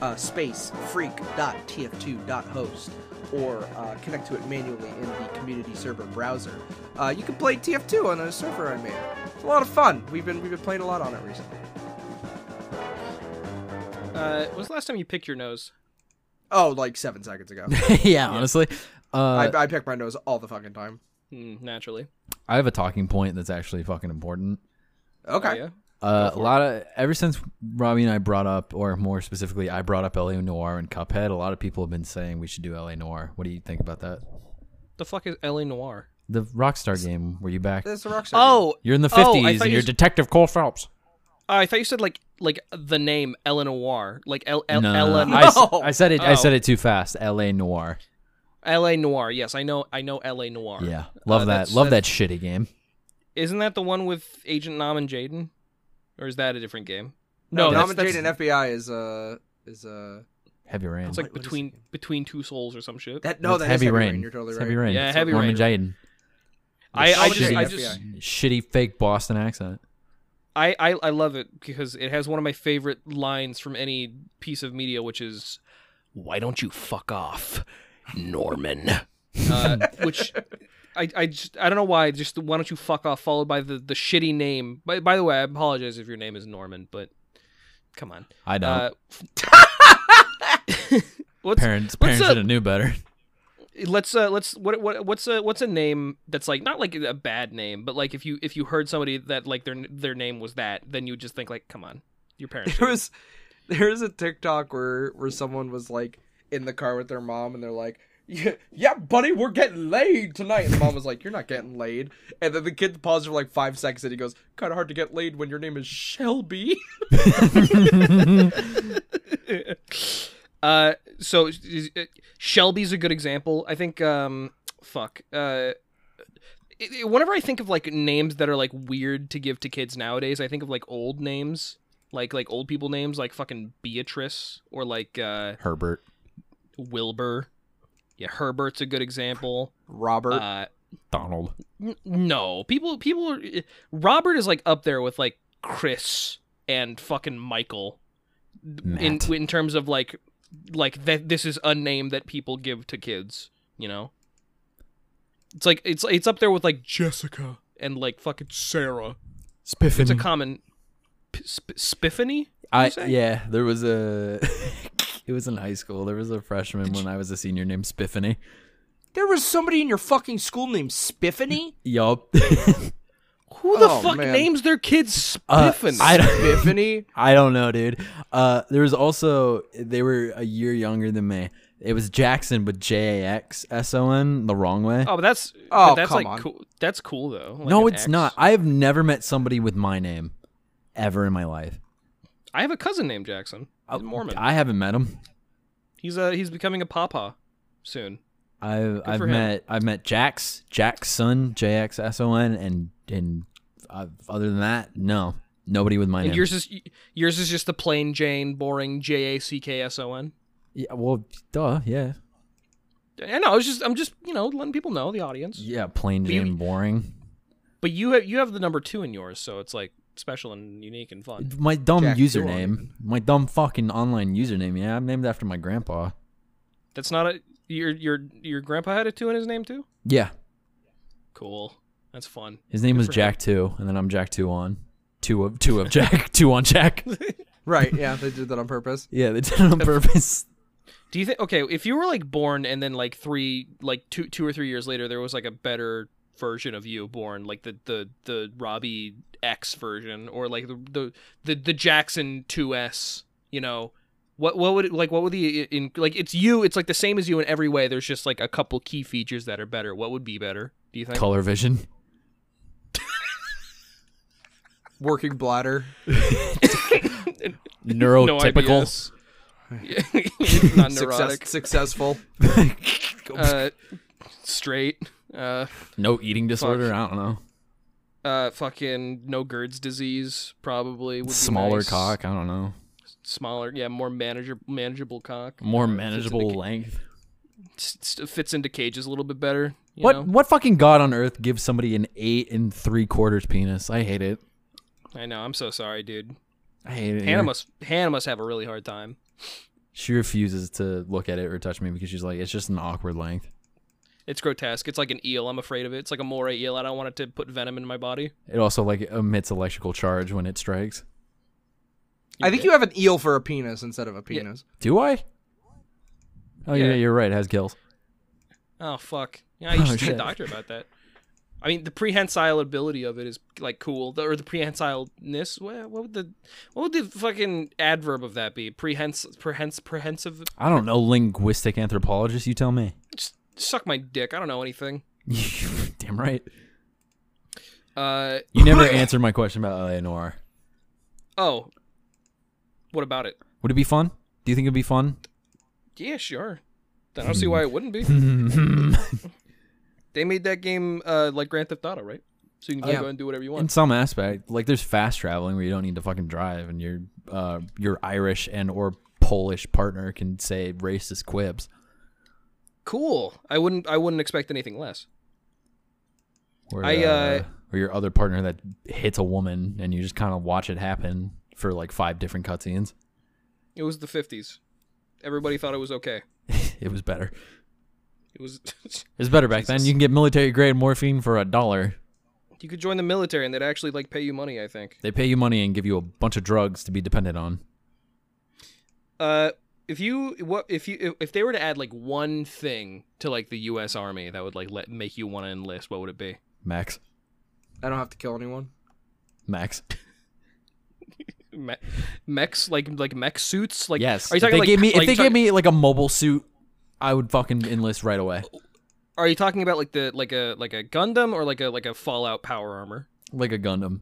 [SPEAKER 3] uh, space, freak.tf2.host, or uh, connect to it manually in the community server browser, uh, you can play TF2 on a server I made. It's a lot of fun. We've been, we've been playing a lot on it recently.
[SPEAKER 2] Uh, when's the last time you picked your nose?
[SPEAKER 3] Oh, like seven seconds ago.
[SPEAKER 1] yeah, honestly. Uh,
[SPEAKER 3] I, I pick my nose all the fucking time.
[SPEAKER 2] Mm, naturally.
[SPEAKER 1] I have a talking point that's actually fucking important.
[SPEAKER 3] Okay.
[SPEAKER 2] Oh, yeah.
[SPEAKER 1] Uh, a lot of ever since Robbie and I brought up, or more specifically, I brought up LA Noir and Cuphead. A lot of people have been saying we should do LA Noir. What do you think about that?
[SPEAKER 2] The fuck is LA Noir?
[SPEAKER 1] The Rockstar game. Were you back?
[SPEAKER 3] That's a rock star.
[SPEAKER 2] Oh,
[SPEAKER 1] You're in the
[SPEAKER 2] Oh, I
[SPEAKER 1] fifties
[SPEAKER 2] thought you
[SPEAKER 1] and you're
[SPEAKER 2] s-
[SPEAKER 1] Detective Cole Phelps.
[SPEAKER 2] I thought you said like like the name Ellen Noir, like L L
[SPEAKER 1] no,
[SPEAKER 2] Ella
[SPEAKER 1] I, s-
[SPEAKER 3] No.
[SPEAKER 1] I said it. I
[SPEAKER 2] Oh.
[SPEAKER 1] said it too fast. L.A. Noir.
[SPEAKER 2] LA Noir. Yes, I know I know LA Noir.
[SPEAKER 1] Yeah, love
[SPEAKER 2] Uh,
[SPEAKER 1] that.
[SPEAKER 2] that's-
[SPEAKER 1] Love that
[SPEAKER 2] that's-
[SPEAKER 1] shitty game.
[SPEAKER 2] Isn't that the one with Agent Nam and Jaden? Or is that a different game?
[SPEAKER 3] no,
[SPEAKER 2] that's,
[SPEAKER 3] Nam and
[SPEAKER 2] that's-
[SPEAKER 3] Jade and FBI is uh is uh
[SPEAKER 1] Heavy Rain.
[SPEAKER 2] It's
[SPEAKER 3] Wait,
[SPEAKER 2] like
[SPEAKER 3] what is
[SPEAKER 2] between
[SPEAKER 3] it again?
[SPEAKER 2] between two souls or some shit.
[SPEAKER 3] that no
[SPEAKER 1] It's
[SPEAKER 3] that is
[SPEAKER 1] heavy, rain.
[SPEAKER 3] You're totally
[SPEAKER 1] It's
[SPEAKER 3] right.
[SPEAKER 1] Heavy rain.
[SPEAKER 2] Yeah,
[SPEAKER 1] It's
[SPEAKER 2] Heavy
[SPEAKER 1] Norman
[SPEAKER 2] Rain.
[SPEAKER 1] Jaden.
[SPEAKER 2] I, I just
[SPEAKER 1] shitty
[SPEAKER 2] I
[SPEAKER 3] Shitty
[SPEAKER 2] just
[SPEAKER 1] shitty fake Boston accent.
[SPEAKER 2] I, I I love it because it has one of my favorite lines from any piece of media, which is why don't you fuck off, Norman? uh, which I, I just I don't know why. Just the why don't you fuck off? Followed by the the shitty name. By, by the way, I apologize if your name is Norman, but come on.
[SPEAKER 1] I don't.
[SPEAKER 2] Uh, what's
[SPEAKER 1] parents
[SPEAKER 2] what's
[SPEAKER 1] parents
[SPEAKER 2] up?
[SPEAKER 1] should have knew better.
[SPEAKER 2] let's uh let's what what what's a what's a name that's like not like a bad name, but like if you if you heard somebody that like their their name was that, then you would just think like, come on, your parents.
[SPEAKER 3] There was there was a TikTok where where someone was like in the car with their mom and they're like. Yeah, yeah, buddy, we're getting laid tonight. And the mom was like, "You're not getting laid." And then the kid paused for like five seconds, and he goes, "Kind of hard to get laid when your name is Shelby."
[SPEAKER 2] Uh, so is- uh, Shelby's a good example. I think. Um, fuck. Uh, it- it- whenever I think of like names that are like weird to give to kids nowadays, I think of like old names. like like old people names like fucking Beatrice or like uh
[SPEAKER 1] Herbert.
[SPEAKER 2] Wilbur. Yeah, Herbert's a good example.
[SPEAKER 3] Robert.
[SPEAKER 2] Uh,
[SPEAKER 1] Donald.
[SPEAKER 2] n- no, people people are, Robert is like up there with like Chris and fucking Michael in
[SPEAKER 1] Matt.
[SPEAKER 2] in terms of like like that this is a name that people give to kids, you know. It's like it's it's up there with like Jessica and like fucking Sarah. It's a
[SPEAKER 1] Spiffin.
[SPEAKER 2] common P- sp- Spiffany?
[SPEAKER 1] I
[SPEAKER 2] say?
[SPEAKER 1] yeah, there was a it was in high school. There was a freshman when I was a senior named Spiffany.
[SPEAKER 4] There was somebody in your fucking school named Spiffany.
[SPEAKER 1] Yup.
[SPEAKER 2] Who the
[SPEAKER 3] Oh,
[SPEAKER 2] fuck
[SPEAKER 3] man.
[SPEAKER 2] names their kids
[SPEAKER 1] Uh,
[SPEAKER 2] Spiffany?
[SPEAKER 1] I don't,
[SPEAKER 3] Biffany.
[SPEAKER 1] I don't know, dude. Uh, there was also they were a year younger than me. It was Jackson, but J A X S O N the wrong way.
[SPEAKER 2] Oh, but that's
[SPEAKER 3] Oh,
[SPEAKER 2] but that's
[SPEAKER 3] come
[SPEAKER 2] like
[SPEAKER 3] on.
[SPEAKER 2] cool. That's cool though. like
[SPEAKER 1] no,
[SPEAKER 2] an
[SPEAKER 1] it's
[SPEAKER 2] X.
[SPEAKER 1] not. I have never met somebody with my name ever in my life.
[SPEAKER 2] I have a cousin named Jackson. He's
[SPEAKER 1] Uh,
[SPEAKER 2] Mormon.
[SPEAKER 1] I haven't met him.
[SPEAKER 2] He's uh he's becoming a papa soon.
[SPEAKER 1] I've I've
[SPEAKER 2] for him.
[SPEAKER 1] met I've met Jax Jackson J X S O N and and uh, other than that, no, nobody with my
[SPEAKER 2] And
[SPEAKER 1] name.
[SPEAKER 2] yours is yours is just the plain Jane, boring J A C K S O N.
[SPEAKER 1] Yeah, well, duh, yeah,
[SPEAKER 2] I know. I was just I'm just you know letting people know the audience.
[SPEAKER 1] yeah, plain
[SPEAKER 2] But you-
[SPEAKER 1] Jane, boring.
[SPEAKER 2] But you have you have the number two in yours, so it's like special and unique and fun.
[SPEAKER 1] My dumb
[SPEAKER 3] Jack, you're
[SPEAKER 1] username, my dumb fucking online username. Yeah, I'm named after my grandpa.
[SPEAKER 2] That's not a your your your grandpa had a two in his name too.
[SPEAKER 1] Yeah,
[SPEAKER 2] Cool. That's fun.
[SPEAKER 1] his name
[SPEAKER 2] Good
[SPEAKER 1] was
[SPEAKER 2] for him.
[SPEAKER 1] Jack Two, and then I'm Jack Two on two of two of Jack two on Jack.
[SPEAKER 3] Right. Yeah, they did that on purpose.
[SPEAKER 1] Yeah, they did it on purpose.
[SPEAKER 2] Do you think okay, if you were like born and then like three like two two or three years later there was like a better version of you born, like the the the Robbie X version or like the the the, the Jackson 2S, you know, what what would it, like what would the in like it's you, it's like the same as you in every way. There's just like a couple key features that are better. What would be better? Do you think?
[SPEAKER 1] Color vision.
[SPEAKER 3] Working bladder.
[SPEAKER 1] Neurotypical.
[SPEAKER 2] ideas. Yeah, not neurotic.
[SPEAKER 3] Success, successful.
[SPEAKER 2] Uh, straight. Uh
[SPEAKER 1] no eating disorder. I don't know.
[SPEAKER 2] uh fucking no GERD's disease probably would be
[SPEAKER 1] Smaller
[SPEAKER 2] nice.
[SPEAKER 1] cock. I don't know.
[SPEAKER 2] smaller yeah more manager manageable cock
[SPEAKER 1] More
[SPEAKER 2] Uh, fits into
[SPEAKER 1] manageable
[SPEAKER 2] ca-
[SPEAKER 1] length.
[SPEAKER 2] s- s- fits into cages a little bit better you
[SPEAKER 1] What
[SPEAKER 2] know?
[SPEAKER 1] what fucking god on earth gives somebody an eight and three quarters penis? I hate it.
[SPEAKER 2] I know I'm so sorry dude
[SPEAKER 1] I hate it.
[SPEAKER 2] Hannah
[SPEAKER 1] yeah.
[SPEAKER 2] must Hannah must have a really hard time
[SPEAKER 1] She refuses to look at it or touch me because she's like, it's just an awkward length.
[SPEAKER 2] it's grotesque it's like an eel I'm afraid of it it's like a moray eel I don't want it to put venom in my body
[SPEAKER 1] It also like emits electrical charge when it strikes.
[SPEAKER 3] I think you have an eel for a penis instead of a
[SPEAKER 2] Yeah.
[SPEAKER 3] penis.
[SPEAKER 1] Do I? Oh yeah,
[SPEAKER 2] Yeah.
[SPEAKER 1] you're right. It has gills.
[SPEAKER 2] oh fuck yeah you
[SPEAKER 1] Oh,
[SPEAKER 2] should see a
[SPEAKER 1] shit.
[SPEAKER 2] doctor about that I mean the prehensile ability of it is like cool the, or the prehensileness what, what would the what would the fucking adverb of that be prehens prehens prehensive
[SPEAKER 1] I don't know. Linguistic anthropologist, you tell me.
[SPEAKER 2] just suck my dick I don't know anything
[SPEAKER 1] Damn right.
[SPEAKER 2] uh
[SPEAKER 1] You never answered my question about Eleanor.
[SPEAKER 2] Oh. What about it?
[SPEAKER 1] Would it be fun? Do you think it'd be fun?
[SPEAKER 2] Yeah, sure. I don't see why it wouldn't be.
[SPEAKER 1] In
[SPEAKER 2] They made that game uh, like Grand Theft Auto, right? So you can
[SPEAKER 3] Yeah.
[SPEAKER 2] go and do whatever you want.
[SPEAKER 1] some aspect, like there's fast traveling where you don't need to fucking drive, and your uh, your Irish and or Polish partner can say racist quibs.
[SPEAKER 2] Cool. I wouldn't. I wouldn't expect anything less.
[SPEAKER 1] Or,
[SPEAKER 2] I, uh,
[SPEAKER 1] or your other partner that hits a woman, and you just kind of watch it happen for like five different cutscenes.
[SPEAKER 2] It was the fifties. Everybody thought it was okay.
[SPEAKER 1] it was better.
[SPEAKER 2] It was.
[SPEAKER 1] It was better back then.
[SPEAKER 2] Jesus.
[SPEAKER 1] You can get military grade morphine for a dollar.
[SPEAKER 2] you could join the military and they'd actually like pay you money. I think.
[SPEAKER 1] They pay you money and give you a bunch of drugs to be dependent on.
[SPEAKER 2] Uh, if you what if you if, if they were to add like one thing to like the U.S. Army that would like let make you want to enlist, what would it be?
[SPEAKER 1] Max,
[SPEAKER 3] I don't have to kill anyone.
[SPEAKER 1] Max.
[SPEAKER 2] Me- mechs like like mech suits like
[SPEAKER 1] yes.
[SPEAKER 2] Are you
[SPEAKER 1] if
[SPEAKER 2] talking
[SPEAKER 1] they
[SPEAKER 2] like,
[SPEAKER 1] gave me if
[SPEAKER 2] like,
[SPEAKER 1] they
[SPEAKER 2] talk-
[SPEAKER 1] gave me like a mobile suit, I would fucking enlist right away.
[SPEAKER 2] Are you talking about like the like a like a Gundam or like a like a Fallout power armor?
[SPEAKER 1] Like a Gundam.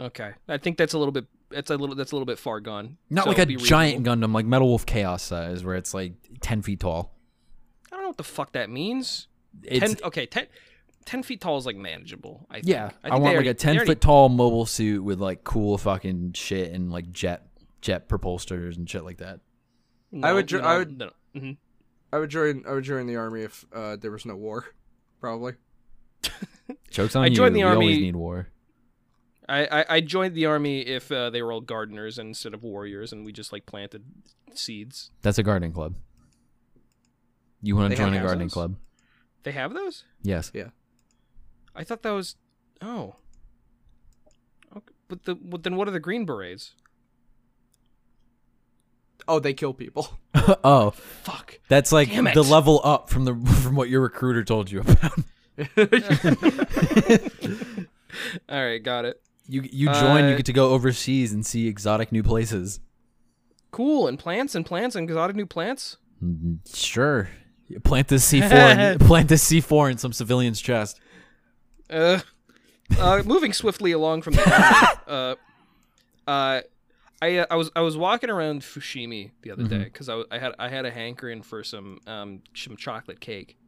[SPEAKER 2] Okay, I think that's a little bit that's a little that's a little bit far gone.
[SPEAKER 1] Not
[SPEAKER 2] So
[SPEAKER 1] like a
[SPEAKER 2] be reasonable.
[SPEAKER 1] giant Gundam, like Metal Wolf Chaos size, where it's like ten feet tall.
[SPEAKER 2] I don't know what the fuck that means.
[SPEAKER 1] It's
[SPEAKER 2] ten, okay, ten, ten feet tall is like manageable. I think.
[SPEAKER 1] Yeah, I,
[SPEAKER 2] think they
[SPEAKER 1] want
[SPEAKER 2] already-
[SPEAKER 1] like a
[SPEAKER 2] they
[SPEAKER 1] ten
[SPEAKER 2] already-
[SPEAKER 1] foot tall mobile suit with like cool fucking shit and like jet jet propulsors and shit like that.
[SPEAKER 2] No,
[SPEAKER 3] I would
[SPEAKER 2] you
[SPEAKER 3] dr- I
[SPEAKER 2] know,
[SPEAKER 3] would-
[SPEAKER 2] no. Mhm.
[SPEAKER 3] I would join. I would join the army if uh, there was no war, probably.
[SPEAKER 1] Jokes on
[SPEAKER 2] I
[SPEAKER 1] you.
[SPEAKER 2] joined the
[SPEAKER 1] we always
[SPEAKER 2] army-
[SPEAKER 1] need war.
[SPEAKER 2] I, I I joined the army if uh, they were all gardeners instead of warriors, and we just like planted seeds.
[SPEAKER 1] That's a gardening club. You want
[SPEAKER 3] They
[SPEAKER 1] to
[SPEAKER 3] have
[SPEAKER 1] join a
[SPEAKER 3] houses?
[SPEAKER 1] gardening club?
[SPEAKER 2] They have those.
[SPEAKER 1] Yes.
[SPEAKER 2] I thought that was oh. Okay. But the but then what are the green berets?
[SPEAKER 3] Oh, they kill people.
[SPEAKER 1] oh,
[SPEAKER 2] Fuck.
[SPEAKER 1] that's like
[SPEAKER 2] Damn it.
[SPEAKER 1] the level up from the from what your recruiter told you about.
[SPEAKER 2] All right, got it.
[SPEAKER 1] You you join,
[SPEAKER 2] Uh,
[SPEAKER 1] you get to go overseas and see exotic new places.
[SPEAKER 2] Cool and plants and plants and exotic new plants.
[SPEAKER 1] Mm, Sure. You Plant this C four. in- plant this C four in some civilian's chest.
[SPEAKER 2] Uh, uh, moving swiftly along from the army, uh, uh, I uh, I was I was walking around Fushimi the other day 'cause day because I, w- I had I had a hankering for some um some chocolate cake,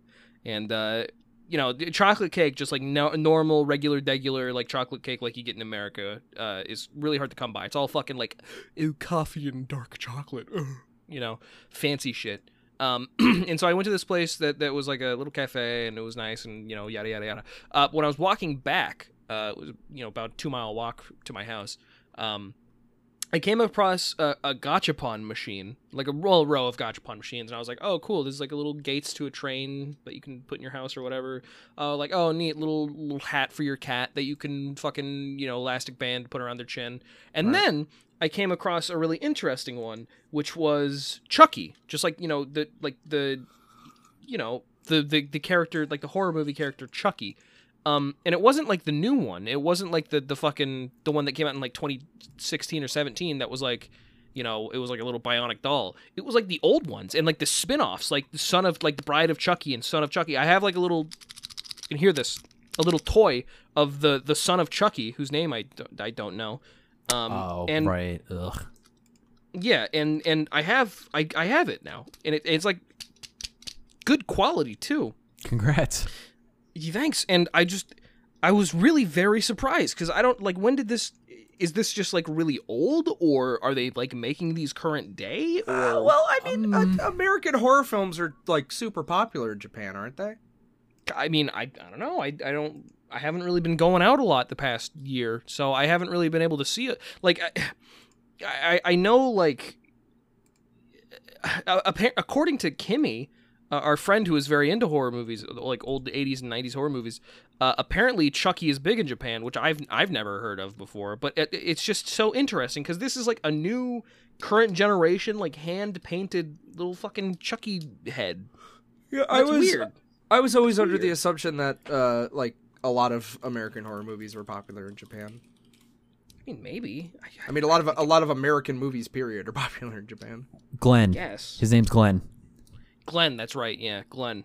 [SPEAKER 2] and uh, you know d- chocolate cake just like no, normal regular degular like chocolate cake like you get in America uh, is really hard to come by. It's all fucking like ew coffee and dark chocolate, ugh," you know, fancy shit. Um, and so I went to this place that, that was like a little cafe and it was nice and you know yada yada yada. Uh, when I was walking back, uh, it was you know about a two mile walk to my house. Um, I came across a, a gachapon machine, like a row row of gachapon machines, and I was like, "Oh, cool! There's like a little gates to a train that you can put in your house or whatever." Uh, like, oh, neat little little hat for your cat that you can fucking you know elastic band put around their chin. And then I came across a really interesting one, which was Chucky, just like you know the like the you know the the, the character like the horror movie character Chucky. Um, and it wasn't like the new one. It wasn't like the the fucking the one that came out in like 2016 or 17 that was like, you know, it was like a little bionic doll. It was like the old ones and like the spin-offs, like the son of like the bride of Chucky and son of Chucky. I have like a little you can hear this, a little toy of the the son of Chucky whose name I don't, I don't know. Um
[SPEAKER 1] Oh,
[SPEAKER 2] and
[SPEAKER 1] right. Ugh.
[SPEAKER 2] yeah, and and I have I I have it now. And it, it's like good quality too.
[SPEAKER 1] Congrats.
[SPEAKER 2] Yeah, thanks. And I just, I was really very surprised because I don't like. When did this? Is this just like really old, or are they like making these current day? Or
[SPEAKER 3] Uh, well, I mean, uh, American horror films are like super popular in Japan, aren't they?
[SPEAKER 2] I mean, I I don't know. I I don't. I haven't really been going out a lot the past year, so I haven't really been able to see it. Like, I I, I know like. a- appa- According to Kimmy, uh, our friend who is very into horror movies, like old '80s and '90s horror movies, uh, apparently Chucky is big in Japan, which I've I've never heard of before. But it, it's just so interesting because this is like a new, current generation, like hand painted little fucking Chucky head.
[SPEAKER 3] Yeah,
[SPEAKER 2] That's weird.
[SPEAKER 3] I was always under the
[SPEAKER 2] weird.
[SPEAKER 3] assumption that uh, like a lot of American horror movies were popular in Japan.
[SPEAKER 2] I mean, maybe. I,
[SPEAKER 3] I mean, a lot of a lot of American movies, period, are popular in Japan.
[SPEAKER 1] Glenn.
[SPEAKER 2] Yes.
[SPEAKER 1] His name's Glenn.
[SPEAKER 2] Glenn, that's right. Yeah, Glenn.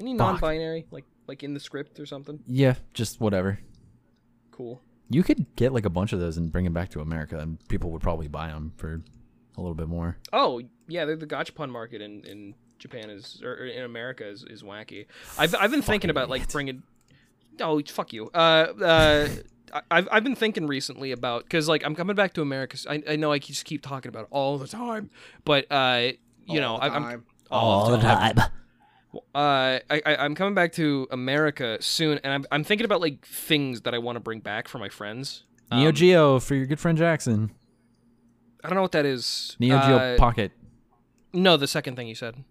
[SPEAKER 2] Any
[SPEAKER 1] Fuck.
[SPEAKER 2] non-binary like like in the script or something?
[SPEAKER 1] Yeah, just whatever.
[SPEAKER 2] Cool.
[SPEAKER 1] You could get like a bunch of those and bring them back to America, and people would probably buy them for a little bit more.
[SPEAKER 2] Oh, yeah, ththey're the gachapon market in in Japan is or or in America is, is wacky. I've I've been thinking about like bringing Oh, fuck you. Uh uh I- I've, I've been thinking recently about because like I'm coming back to America. so I, I know I just keep talking about it all the time, but uh, you know
[SPEAKER 3] All the
[SPEAKER 2] I, I'm
[SPEAKER 3] time.
[SPEAKER 2] all the time.
[SPEAKER 1] time.
[SPEAKER 2] uh, I, I I'm coming back to America soon, and I'm I'm thinking about like things that I want to bring back for my friends. Um,
[SPEAKER 1] Neo Geo for your good friend Jackson.
[SPEAKER 2] I don't know what that is.
[SPEAKER 1] Neo Geo
[SPEAKER 2] Uh,
[SPEAKER 1] Pocket.
[SPEAKER 2] No, the second thing you said.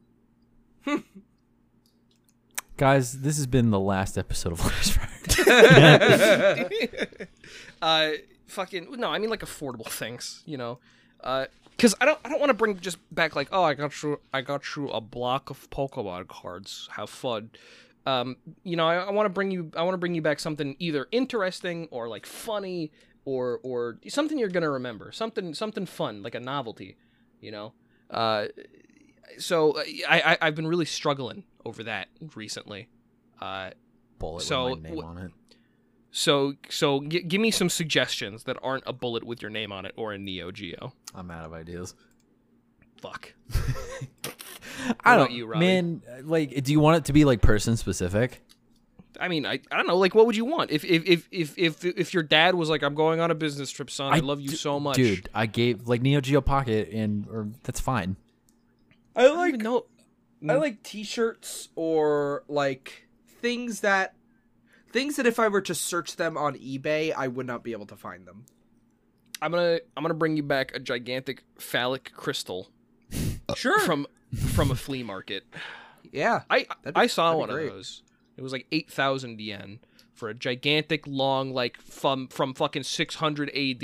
[SPEAKER 1] Guys, this has been the last episode of Last Friday.
[SPEAKER 2] Uh, fucking no, I mean like affordable things, you know. Uh, cause I don't I don't want to bring just back like oh I got you I got you a block of Pokemon cards. Have fun. Um, you know I, I want to bring you I want to bring you back something either interesting or like funny or or something you're gonna remember something something fun like a novelty, you know. Uh, so I, I I've been really struggling over that recently. Uh,
[SPEAKER 1] Bullet
[SPEAKER 2] So,
[SPEAKER 1] with my name
[SPEAKER 2] wh-
[SPEAKER 1] on it.
[SPEAKER 2] so so g- give me some suggestions that aren't a bullet with your name on it or a Neo Geo.
[SPEAKER 1] I'm out of ideas.
[SPEAKER 2] Fuck.
[SPEAKER 1] I
[SPEAKER 2] about
[SPEAKER 1] don't.
[SPEAKER 2] you, Robbie?
[SPEAKER 1] man, like, do you want it to be like person specific?
[SPEAKER 2] I mean, I, I don't know. Like, what would you want if if if if if, if your dad was like, "I'm going on a business trip, son. I, love you
[SPEAKER 1] d-
[SPEAKER 2] so much."
[SPEAKER 1] dude. I gave like Neo Geo Pocket, and or that's fine.
[SPEAKER 3] I
[SPEAKER 2] I don't
[SPEAKER 3] like
[SPEAKER 2] even know. Mm.
[SPEAKER 3] I like t-shirts or like things that things that if I were to search them on eBay, I would not be able to find them.
[SPEAKER 2] I'm gonna I'm gonna bring you back a gigantic phallic crystal
[SPEAKER 3] Sure.
[SPEAKER 2] from from a flea market.
[SPEAKER 3] yeah.
[SPEAKER 2] I
[SPEAKER 3] That'd be-
[SPEAKER 2] I saw
[SPEAKER 3] that'd be
[SPEAKER 2] one
[SPEAKER 3] great.
[SPEAKER 2] of those. It was like eight thousand yen for a gigantic long like from from fucking six hundred AD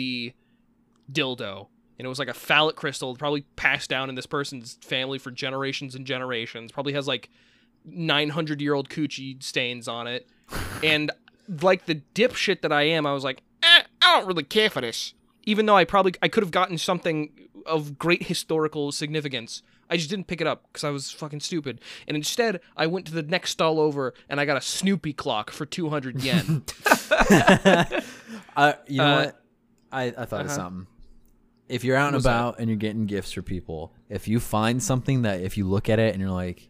[SPEAKER 2] dildo, and it was like a phallic crystal, probably passed down in this person's family for generations and generations. Probably has like nine hundred year old coochie stains on it, and like the dipshit that I am, I was like, eh, I don't really care for this. Even though I probably I could have gotten something of great historical significance, I just didn't pick it up because I was fucking stupid. And instead, I went to the next stall over and I got a Snoopy clock for two hundred yen.
[SPEAKER 1] I, you know
[SPEAKER 2] Uh,
[SPEAKER 1] what? I, I thought of
[SPEAKER 2] uh-huh.
[SPEAKER 1] something. If you're out and
[SPEAKER 2] was that?
[SPEAKER 1] about and you're getting gifts for people, if you find something that if you look at it and you're like,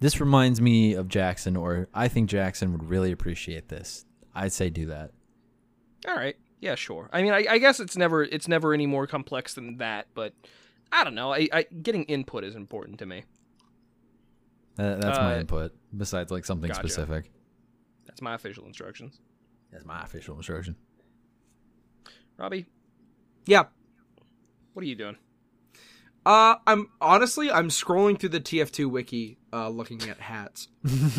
[SPEAKER 1] this reminds me of Jackson, or I think Jackson would really appreciate this, I'd say do that.
[SPEAKER 2] All right, yeah, sure. I mean, I, I guess it's never it's never any more complex than that, but I don't know. I, I getting input is important to me.
[SPEAKER 1] That- that's my
[SPEAKER 2] Uh,
[SPEAKER 1] input. Besides, like something
[SPEAKER 2] gotcha.
[SPEAKER 1] specific.
[SPEAKER 2] That's my official instructions.
[SPEAKER 1] That's my official instruction.
[SPEAKER 2] Robbie,
[SPEAKER 3] Yeah.
[SPEAKER 2] what are you doing?
[SPEAKER 3] Uh I'm honestly I'm scrolling through the TF2 wiki uh looking at hats.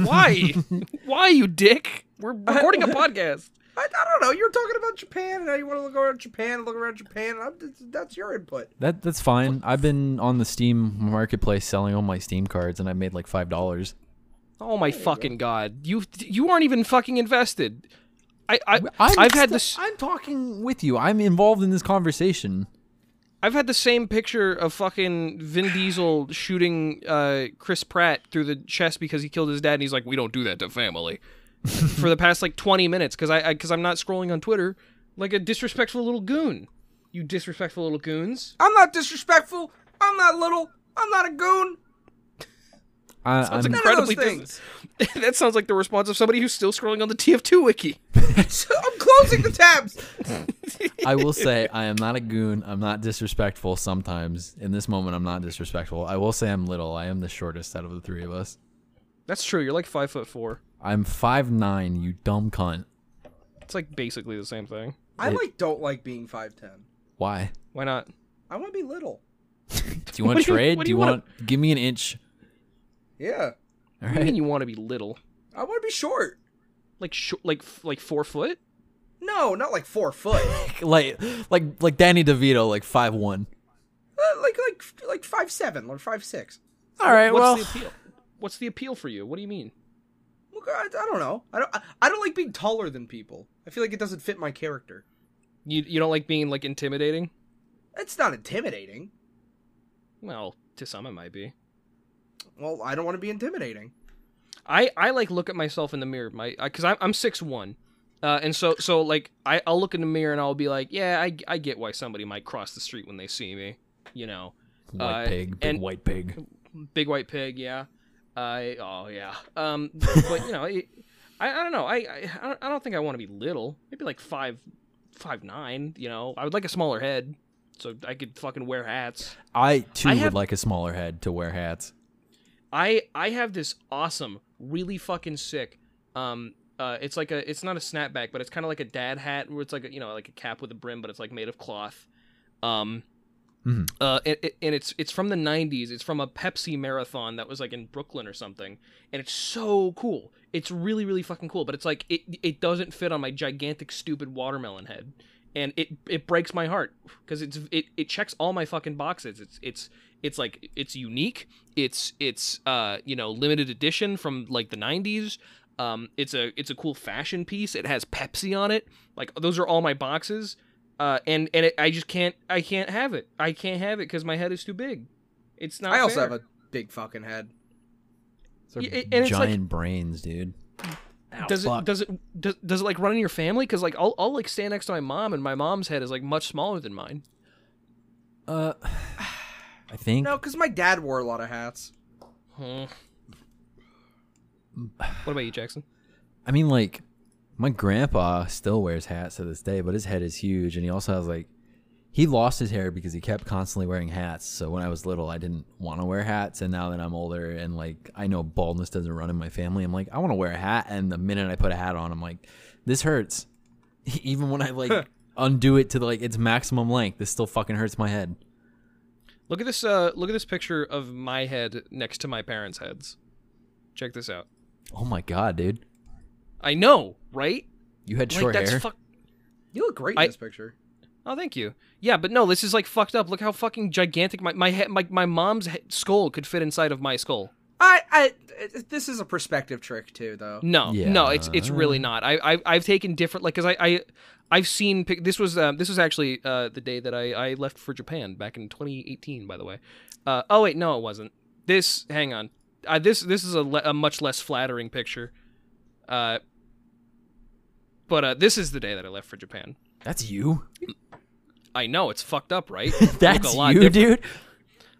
[SPEAKER 2] Why? Why you dick? We're recording a podcast.
[SPEAKER 3] I, I don't know. You're talking about Japan and how you want to look around Japan and look around Japan. And I'm, that's- that's your input.
[SPEAKER 1] That that's fine. I've been on the Steam marketplace selling all my Steam cards, and I made like five dollars.
[SPEAKER 2] Oh my fucking god! You you aren't even fucking invested. I, I
[SPEAKER 1] I'm
[SPEAKER 2] I've had
[SPEAKER 1] st-
[SPEAKER 2] this.
[SPEAKER 1] I'm talking with you. I'm involved in this conversation.
[SPEAKER 2] I've had the same picture of fucking Vin Diesel shooting uh, Chris Pratt through the chest because he killed his dad, and he's like, "We don't do that to family." for the past like twenty minutes, because I because I'm not scrolling on Twitter like a disrespectful little goon. You disrespectful little goons.
[SPEAKER 3] I'm not disrespectful. I'm not little. I'm not a goon.
[SPEAKER 1] I,
[SPEAKER 2] That's
[SPEAKER 1] I'm-
[SPEAKER 2] incredibly
[SPEAKER 3] those
[SPEAKER 2] dis- that sounds like the response of somebody who's still scrolling on the TF2 wiki.
[SPEAKER 3] I'm closing the tabs.
[SPEAKER 1] I will say I am not a goon. I'm not disrespectful sometimes. In this moment, I'm not disrespectful. I will say I'm little. I am the shortest out of the three of us.
[SPEAKER 2] That's true. You're like five foot four.
[SPEAKER 1] I'm five nine. You dumb cunt.
[SPEAKER 2] It's like basically the same thing.
[SPEAKER 3] I like don't like being 5'10.
[SPEAKER 1] Why?
[SPEAKER 2] Why not?
[SPEAKER 3] I want to be little.
[SPEAKER 1] Do you want
[SPEAKER 2] What
[SPEAKER 1] to
[SPEAKER 2] do you-
[SPEAKER 1] trade?
[SPEAKER 2] what
[SPEAKER 1] do you want? Give me an inch.
[SPEAKER 3] Yeah.
[SPEAKER 2] What do
[SPEAKER 1] All
[SPEAKER 2] you mean
[SPEAKER 1] right.
[SPEAKER 2] you want to be little?
[SPEAKER 3] I want to be short.
[SPEAKER 2] Like sh- like like four foot?
[SPEAKER 3] No, not like 4 foot.
[SPEAKER 1] Like like like Danny DeVito, like five one.
[SPEAKER 3] Uh, like like like 5'7 or 5'6.
[SPEAKER 1] All right.
[SPEAKER 2] What's
[SPEAKER 1] well,
[SPEAKER 2] the appeal? What's the appeal for you? What do you mean?
[SPEAKER 3] Well, God, I don't know. I don't I, I don't like being taller than people. I feel like it doesn't fit my character.
[SPEAKER 2] You you don't like being like intimidating?
[SPEAKER 3] It's not intimidating.
[SPEAKER 2] Well, to some it might be.
[SPEAKER 3] Well, I don't want to be intimidating.
[SPEAKER 2] I I like look at myself in the mirror, my because I'm I'm six one, uh, and so so like I I'll look in the mirror and I'll be like, yeah, I I get why somebody might cross the street when they see me, you know,
[SPEAKER 1] white
[SPEAKER 2] uh,
[SPEAKER 1] pig, big
[SPEAKER 2] and-
[SPEAKER 1] white pig.
[SPEAKER 2] big white pig, yeah, I oh yeah, um, but you know, it, I I don't know, I I I don't- I don't think I want to be little, maybe like five five nine, you know, I would like a smaller head. So I could fucking wear hats.
[SPEAKER 1] I too
[SPEAKER 2] I
[SPEAKER 1] would
[SPEAKER 2] have-
[SPEAKER 1] like a smaller head to wear hats.
[SPEAKER 2] I I have this awesome, really fucking sick. Um, uh, it's like a, it's not a snapback, but it's kind of like a dad hat, where it's like a, you know, like a cap with a brim, but it's like made of cloth. Um,
[SPEAKER 1] Mhm.
[SPEAKER 2] uh, and, and it's it's from the '90s. It's from a Pepsi marathon that was like in Brooklyn or something, and it's so cool. It's really really fucking cool, but it's like it it doesn't fit on my gigantic stupid watermelon head. And it, it breaks my heart because it's it, it checks all my fucking boxes. It's it's it's like it's unique it's it's uh you know limited edition from like the 90s um it's a it's a cool fashion piece it has pepsi on it like those are all my boxes uh and and it, i just can't i can't have it i can't have it because my head is too big it's not
[SPEAKER 3] I also
[SPEAKER 2] fair.
[SPEAKER 3] have a big fucking head.
[SPEAKER 1] They're
[SPEAKER 2] Yeah, and it's like-
[SPEAKER 1] giant brains, dude.
[SPEAKER 2] does
[SPEAKER 1] Fuck.
[SPEAKER 2] it does it does, does it like run in your family because like I'll, I'll like stand next to my mom and my mom's head is like much smaller than mine
[SPEAKER 1] Uh, I think.
[SPEAKER 3] No, cuz my dad wore a lot of hats.
[SPEAKER 2] Hmm. what about you jackson
[SPEAKER 1] I mean, like, my grandpa still wears hats to this day, but his head is huge, and he also has like, he lost his hair because he kept constantly wearing hats. So when I was little, I didn't want to wear hats, and now that I'm older and like I know baldness doesn't run in my family, I'm like, I want to wear a hat. And the minute I put a hat on, I'm like, this hurts. Even when I like undo it to like its maximum length, this still fucking hurts my head.
[SPEAKER 2] Look at this. Uh, look at this picture of my head next to my parents' heads. Check this out.
[SPEAKER 1] Oh my god, dude,
[SPEAKER 2] I know, right?
[SPEAKER 1] you had
[SPEAKER 2] Like
[SPEAKER 1] short
[SPEAKER 2] that's
[SPEAKER 1] hair.
[SPEAKER 2] fuck.
[SPEAKER 3] You look great in
[SPEAKER 2] I-
[SPEAKER 3] this picture.
[SPEAKER 2] Oh, thank you. Yeah, but no, this is like fucked up. Look how fucking gigantic my my he- my, my mom's he- skull could fit inside of my skull.
[SPEAKER 3] I, I, this is a perspective trick too, though.
[SPEAKER 2] No,
[SPEAKER 1] Yeah.
[SPEAKER 2] no, it's it's really not. I, I I've taken different like because I I I've seen pic- this was um, this was actually uh, the day that I I left for Japan back in 2018. By the way, uh, oh wait, no, it wasn't. This hang on, uh, this this is a, le- a much less flattering picture. Uh, but uh, this is the day that I left for Japan.
[SPEAKER 1] That's you.
[SPEAKER 2] I know it's fucked up, right?
[SPEAKER 1] That's
[SPEAKER 2] lot
[SPEAKER 1] you,
[SPEAKER 2] different.
[SPEAKER 1] dude.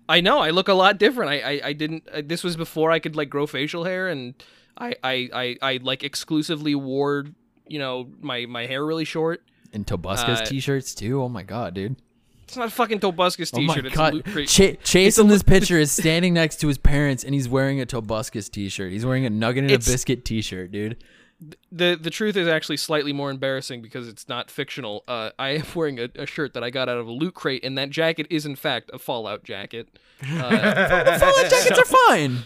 [SPEAKER 2] I know I look a lot different. I I, I didn't. I, this was before I could like grow facial hair, and I I I, I like exclusively wore you know my my hair really short.
[SPEAKER 1] And Tobusca's
[SPEAKER 2] Uh,
[SPEAKER 1] t-shirts too. Oh my god, dude.
[SPEAKER 2] It's not a fucking Tobuscus
[SPEAKER 1] Oh my
[SPEAKER 2] t-shirt. it's
[SPEAKER 1] god.
[SPEAKER 2] Loot Crate.
[SPEAKER 1] Cha- Chase in this picture is standing next to his parents and he's wearing a Tobusca's t-shirt. He's wearing a nugget and
[SPEAKER 2] It's-
[SPEAKER 1] a biscuit t-shirt, dude.
[SPEAKER 2] the the truth is actually slightly more embarrassing because it's not fictional. Uh, I am wearing a, a shirt that I got out of a loot crate, and that jacket is in fact a Fallout jacket. Uh,
[SPEAKER 1] Fallout jackets are fine.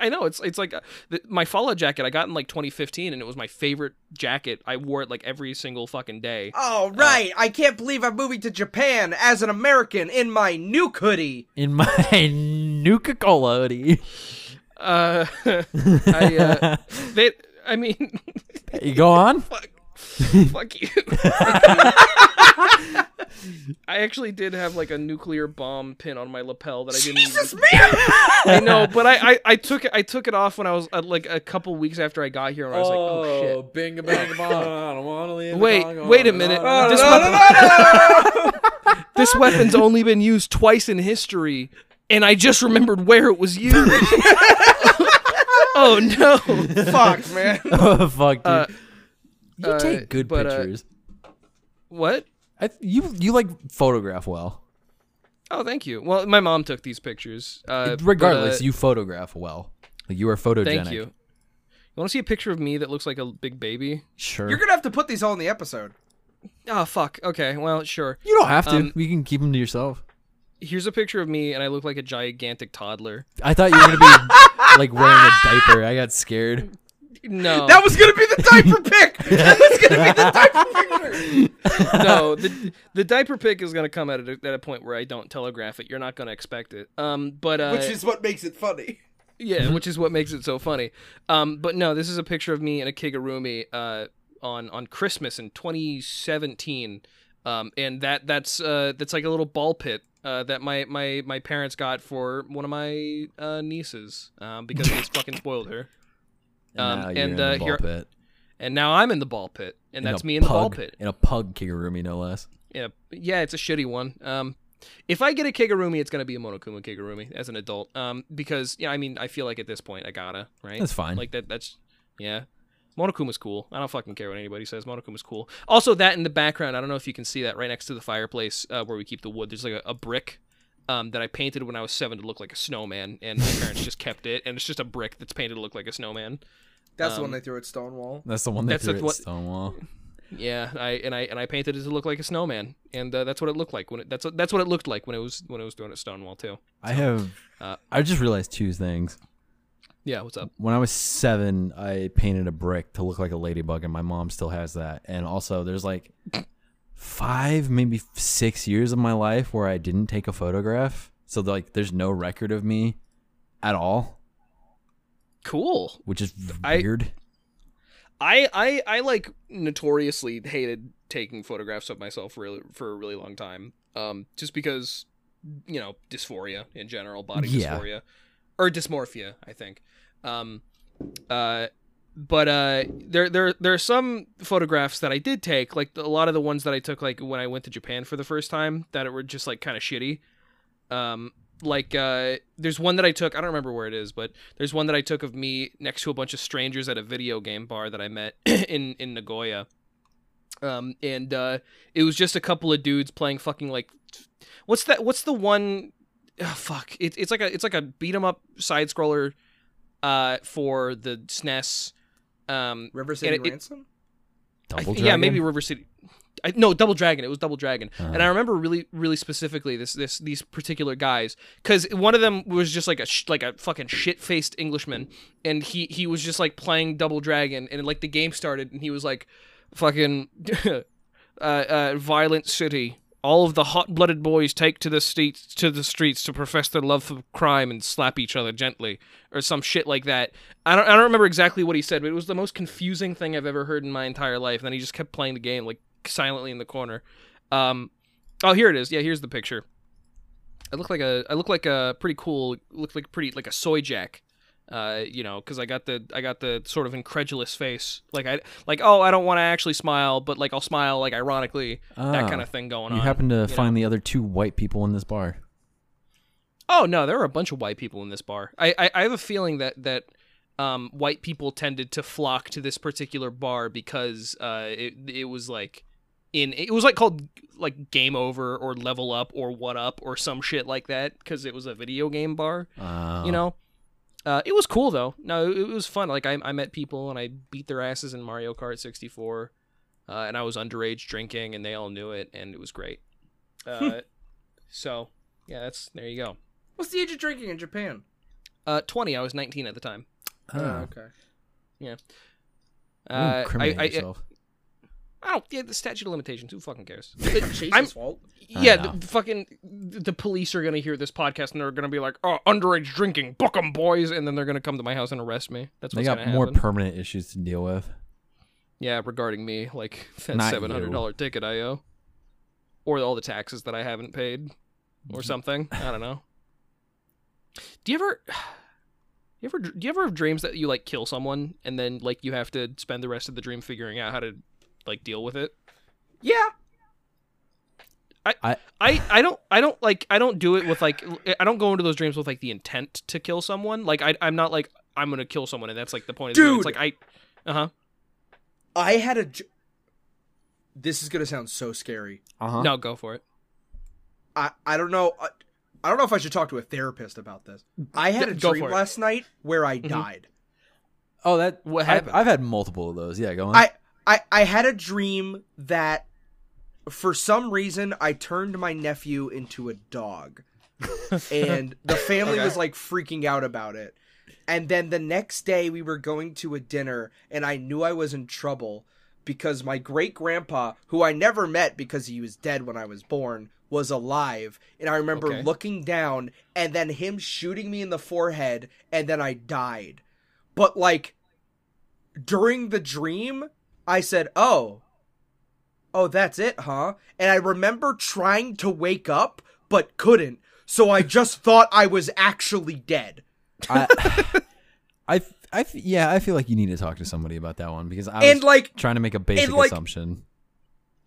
[SPEAKER 2] I know it's it's like uh, the, my Fallout jacket I got in like 2015, and it was my favorite jacket. I wore it like every single fucking day.
[SPEAKER 3] Oh right! I can't believe I'm moving to Japan as an American in my nuke hoodie.
[SPEAKER 1] In my Nuka Cola hoodie.
[SPEAKER 2] Uh, I, uh, they, I mean,
[SPEAKER 1] You go on?
[SPEAKER 2] fuck, fuck you. I actually did have like a nuclear bomb pin on my lapel that I didn't.
[SPEAKER 3] Jesus man!
[SPEAKER 2] I know, but I, I, I took it. I took it off when I was uh, like a couple weeks after I got here, and I was like, oh shit.
[SPEAKER 1] bing bang bong. I don't want to leave.
[SPEAKER 2] Wait, wait a minute. This,
[SPEAKER 3] no, no,
[SPEAKER 2] weapon, this weapon's only been used twice in history, and I just remembered where it was used. oh no.
[SPEAKER 3] Fuck, man.
[SPEAKER 1] oh fuck, dude.
[SPEAKER 2] Uh,
[SPEAKER 1] you
[SPEAKER 2] uh,
[SPEAKER 1] take good
[SPEAKER 2] but, uh,
[SPEAKER 1] pictures.
[SPEAKER 2] What?
[SPEAKER 1] I, you you like photograph well.
[SPEAKER 2] Oh, thank you. Well, my mom took these pictures. Uh,
[SPEAKER 1] Regardless,
[SPEAKER 2] but, uh,
[SPEAKER 1] you photograph well. Like you are photogenic.
[SPEAKER 2] thank you. You want to see a picture of me that looks like a big baby?
[SPEAKER 1] Sure.
[SPEAKER 3] You're gonna have to put these all in the episode.
[SPEAKER 2] Oh, fuck. Okay, well, sure.
[SPEAKER 1] You don't have to.
[SPEAKER 2] Um,
[SPEAKER 1] you can keep them to yourself.
[SPEAKER 2] Here's a picture of me, and I look like a gigantic toddler.
[SPEAKER 1] I thought you were gonna be like wearing a diaper. I got scared.
[SPEAKER 2] No,
[SPEAKER 3] That was gonna be the diaper pick. That was gonna be the diaper picture.
[SPEAKER 2] no. The, the diaper pick is gonna come at a, at a point where I don't telegraph it. You're not gonna expect it. Um, but uh,
[SPEAKER 3] Which is what makes it funny.
[SPEAKER 1] Mm-hmm.
[SPEAKER 2] Yeah, which is what makes it so funny. Um, but no, this is a picture of me and a kigurumi uh, on on Christmas in 2017, um, and that that's uh, that's like a little ball pit. Uh, that my, my, my parents got for one of my uh, nieces um, because it's fucking spoiled her, Um,
[SPEAKER 1] now
[SPEAKER 2] and,
[SPEAKER 1] you're in the
[SPEAKER 2] uh,
[SPEAKER 1] ball
[SPEAKER 2] you're-
[SPEAKER 1] pit.
[SPEAKER 2] and now I'm in the ball pit, and
[SPEAKER 1] In
[SPEAKER 2] that's
[SPEAKER 1] a
[SPEAKER 2] me in the
[SPEAKER 1] pug,
[SPEAKER 2] ball pit.
[SPEAKER 1] in a pug kigurumi, no less.
[SPEAKER 2] Yeah, yeah, it's a shitty one. Um, if I get a kigurumi, it's gonna be a Monokuma kigurumi as an adult. Um, because yeah, I mean, I feel like at this point I gotta right.
[SPEAKER 1] That's fine.
[SPEAKER 2] Like that. That's yeah. Monokuma's cool. I don't fucking care what anybody says. Monokuma's cool. Also, that in the background, I don't know if you can see that right next to the fireplace uh, where we keep the wood. There's like a, a brick um, that I painted when I was seven to look like a snowman, and my parents just kept it. And it's just a brick that's painted to look like a snowman.
[SPEAKER 3] That's the
[SPEAKER 2] Um,
[SPEAKER 3] one they threw at Stonewall.
[SPEAKER 1] That's the one that
[SPEAKER 2] That's
[SPEAKER 1] threw
[SPEAKER 2] the
[SPEAKER 1] at
[SPEAKER 2] one-
[SPEAKER 1] Stonewall.
[SPEAKER 2] Yeah, I and I and I painted it to look like a snowman, and uh, that's what it looked like when it, that's what, that's what it looked like when it was when it was thrown at Stonewall too.
[SPEAKER 1] I have.
[SPEAKER 2] uh,
[SPEAKER 1] I just realized two things.
[SPEAKER 2] Yeah, what's up?
[SPEAKER 1] When I was seven, I painted a brick to look like a ladybug, and my mom still has that. And also, there's like five, maybe six years of my life where I didn't take a photograph. So like, there's no record of me at all,
[SPEAKER 2] Cool.
[SPEAKER 1] which is
[SPEAKER 2] I-
[SPEAKER 1] weird.
[SPEAKER 2] I I I like notoriously hated taking photographs of myself really for a really long time. Um, just because you know dysphoria in general, body
[SPEAKER 1] Yeah.
[SPEAKER 2] dysphoria or dysmorphia, I think. Um, uh, but uh, there there there are some photographs that I did take, like a lot of the ones that I took like when I went to Japan for the first time, that were just like kind of shitty. Um, like uh there's one that I took, I don't remember where it is, but there's one that I took of me next to a bunch of strangers at a video game bar that I met in in Nagoya. Um and uh it was just a couple of dudes playing fucking like what's that what's the one oh, fuck it, it's like a it's like a beat 'em up side scroller uh for the SNES um
[SPEAKER 3] River City
[SPEAKER 2] it- it-
[SPEAKER 3] Ransom?
[SPEAKER 2] I
[SPEAKER 1] Double
[SPEAKER 2] thi- yeah, maybe
[SPEAKER 1] Dragon?
[SPEAKER 2] River City. I, no, Double Dragon. It was Double Dragon, and
[SPEAKER 1] Oh.
[SPEAKER 2] I remember really, really specifically this, this, these particular guys, because one of them was just like a sh- like a fucking shit faced Englishman, and he he was just like playing Double Dragon, and like the game started, and he was like, fucking, uh, uh, violent city. All of the hot-blooded boys take to the streets to the streets to profess their love for crime and slap each other gently, or some shit like that. I don't I don't remember exactly what he said, but it was the most confusing thing I've ever heard in my entire life. And then he just kept playing the game like silently in the corner. Um, oh, here it is. Yeah, here's the picture. I look like a I look like a pretty cool look like pretty like a soy jack. Uh, you know, because I got the I got the sort of incredulous face, like I like oh I don't want to actually smile, but like I'll smile like ironically that
[SPEAKER 1] Ah,
[SPEAKER 2] kind of thing going
[SPEAKER 1] You
[SPEAKER 2] on.
[SPEAKER 1] happen to
[SPEAKER 2] know?
[SPEAKER 1] find the other two white people in this bar.
[SPEAKER 2] Oh no, there were a bunch of white people in this bar. I I, I have a feeling that that um, white people tended to flock to this particular bar because uh, it it was like in it was like called like game over or level up or what up or some shit like that because it was a video game bar.
[SPEAKER 1] Uh,
[SPEAKER 2] You know. Uh, it was cool though. No, it, it was fun. Like I, I met people and I beat their asses in Mario Kart 64, uh, and I was underage drinking and they all knew it and it was great. Uh, so yeah, that's there you go.
[SPEAKER 3] What's the age of drinking in Japan?
[SPEAKER 2] Uh, 20. I was 19 at the time.
[SPEAKER 1] oh,
[SPEAKER 3] okay.
[SPEAKER 1] you
[SPEAKER 2] Uh, I,
[SPEAKER 1] incriminate
[SPEAKER 2] I, I,
[SPEAKER 1] yourself.
[SPEAKER 2] don't. Yeah, the statute of limitations. Who fucking cares?
[SPEAKER 3] Jesus,
[SPEAKER 2] I'm-
[SPEAKER 3] Walt.
[SPEAKER 2] yeah,
[SPEAKER 1] know.
[SPEAKER 2] the, the fucking the police are gonna hear this podcast and they're gonna be like, "Oh, underage drinking, book 'em, boys!" And then they're gonna come to my house and arrest me. That's
[SPEAKER 1] they
[SPEAKER 2] what's
[SPEAKER 1] got
[SPEAKER 2] gonna
[SPEAKER 1] more
[SPEAKER 2] happen.
[SPEAKER 1] permanent issues to deal with.
[SPEAKER 2] yeah, regarding me, like that
[SPEAKER 1] Not
[SPEAKER 2] seven hundred dollar ticket I owe, or all the taxes that I haven't paid,
[SPEAKER 1] Mm-hmm.
[SPEAKER 2] or something. I don't know. Do you ever? You ever, do you ever have dreams that you like kill someone and then like you have to spend the rest of the dream figuring out how to like deal with it?
[SPEAKER 3] Yeah.
[SPEAKER 2] I, I don't I don't like I don't do it with like I don't go into those dreams with like the intent to kill someone. Like I I'm not like I'm gonna kill someone and that's like the point of the dream. It's
[SPEAKER 3] Dude!
[SPEAKER 2] like I uh huh.
[SPEAKER 3] I had a. j- This is gonna sound so scary.
[SPEAKER 1] Uh huh.
[SPEAKER 2] No, go for it.
[SPEAKER 3] I I don't know. I, I don't know if I should talk to a therapist about this. I had a
[SPEAKER 2] Go
[SPEAKER 3] dream
[SPEAKER 2] for it.
[SPEAKER 3] last night where I
[SPEAKER 2] Mhm.
[SPEAKER 3] died.
[SPEAKER 1] Oh, that.
[SPEAKER 2] What
[SPEAKER 1] I've,
[SPEAKER 2] happened?
[SPEAKER 1] I've had multiple of those. Yeah, go on.
[SPEAKER 3] I I I had a dream that for some reason I turned my nephew into a dog. and the family was like freaking out about it. And then the next day we were going to a dinner and I knew I was in trouble because my great grandpa, who I never met because he was dead when I was born, was alive. And I remember
[SPEAKER 2] Okay.
[SPEAKER 3] looking down and then him shooting me in the forehead and then I died. But like during the dream, I said, "Oh, oh, that's it, huh?" And I remember trying to wake up but couldn't, so I just thought I was actually dead.
[SPEAKER 1] I, I, f- I f- yeah, I feel like you need to talk to somebody about that one because I
[SPEAKER 3] and
[SPEAKER 1] was
[SPEAKER 3] like
[SPEAKER 1] trying to make a basic
[SPEAKER 3] like-
[SPEAKER 1] assumption.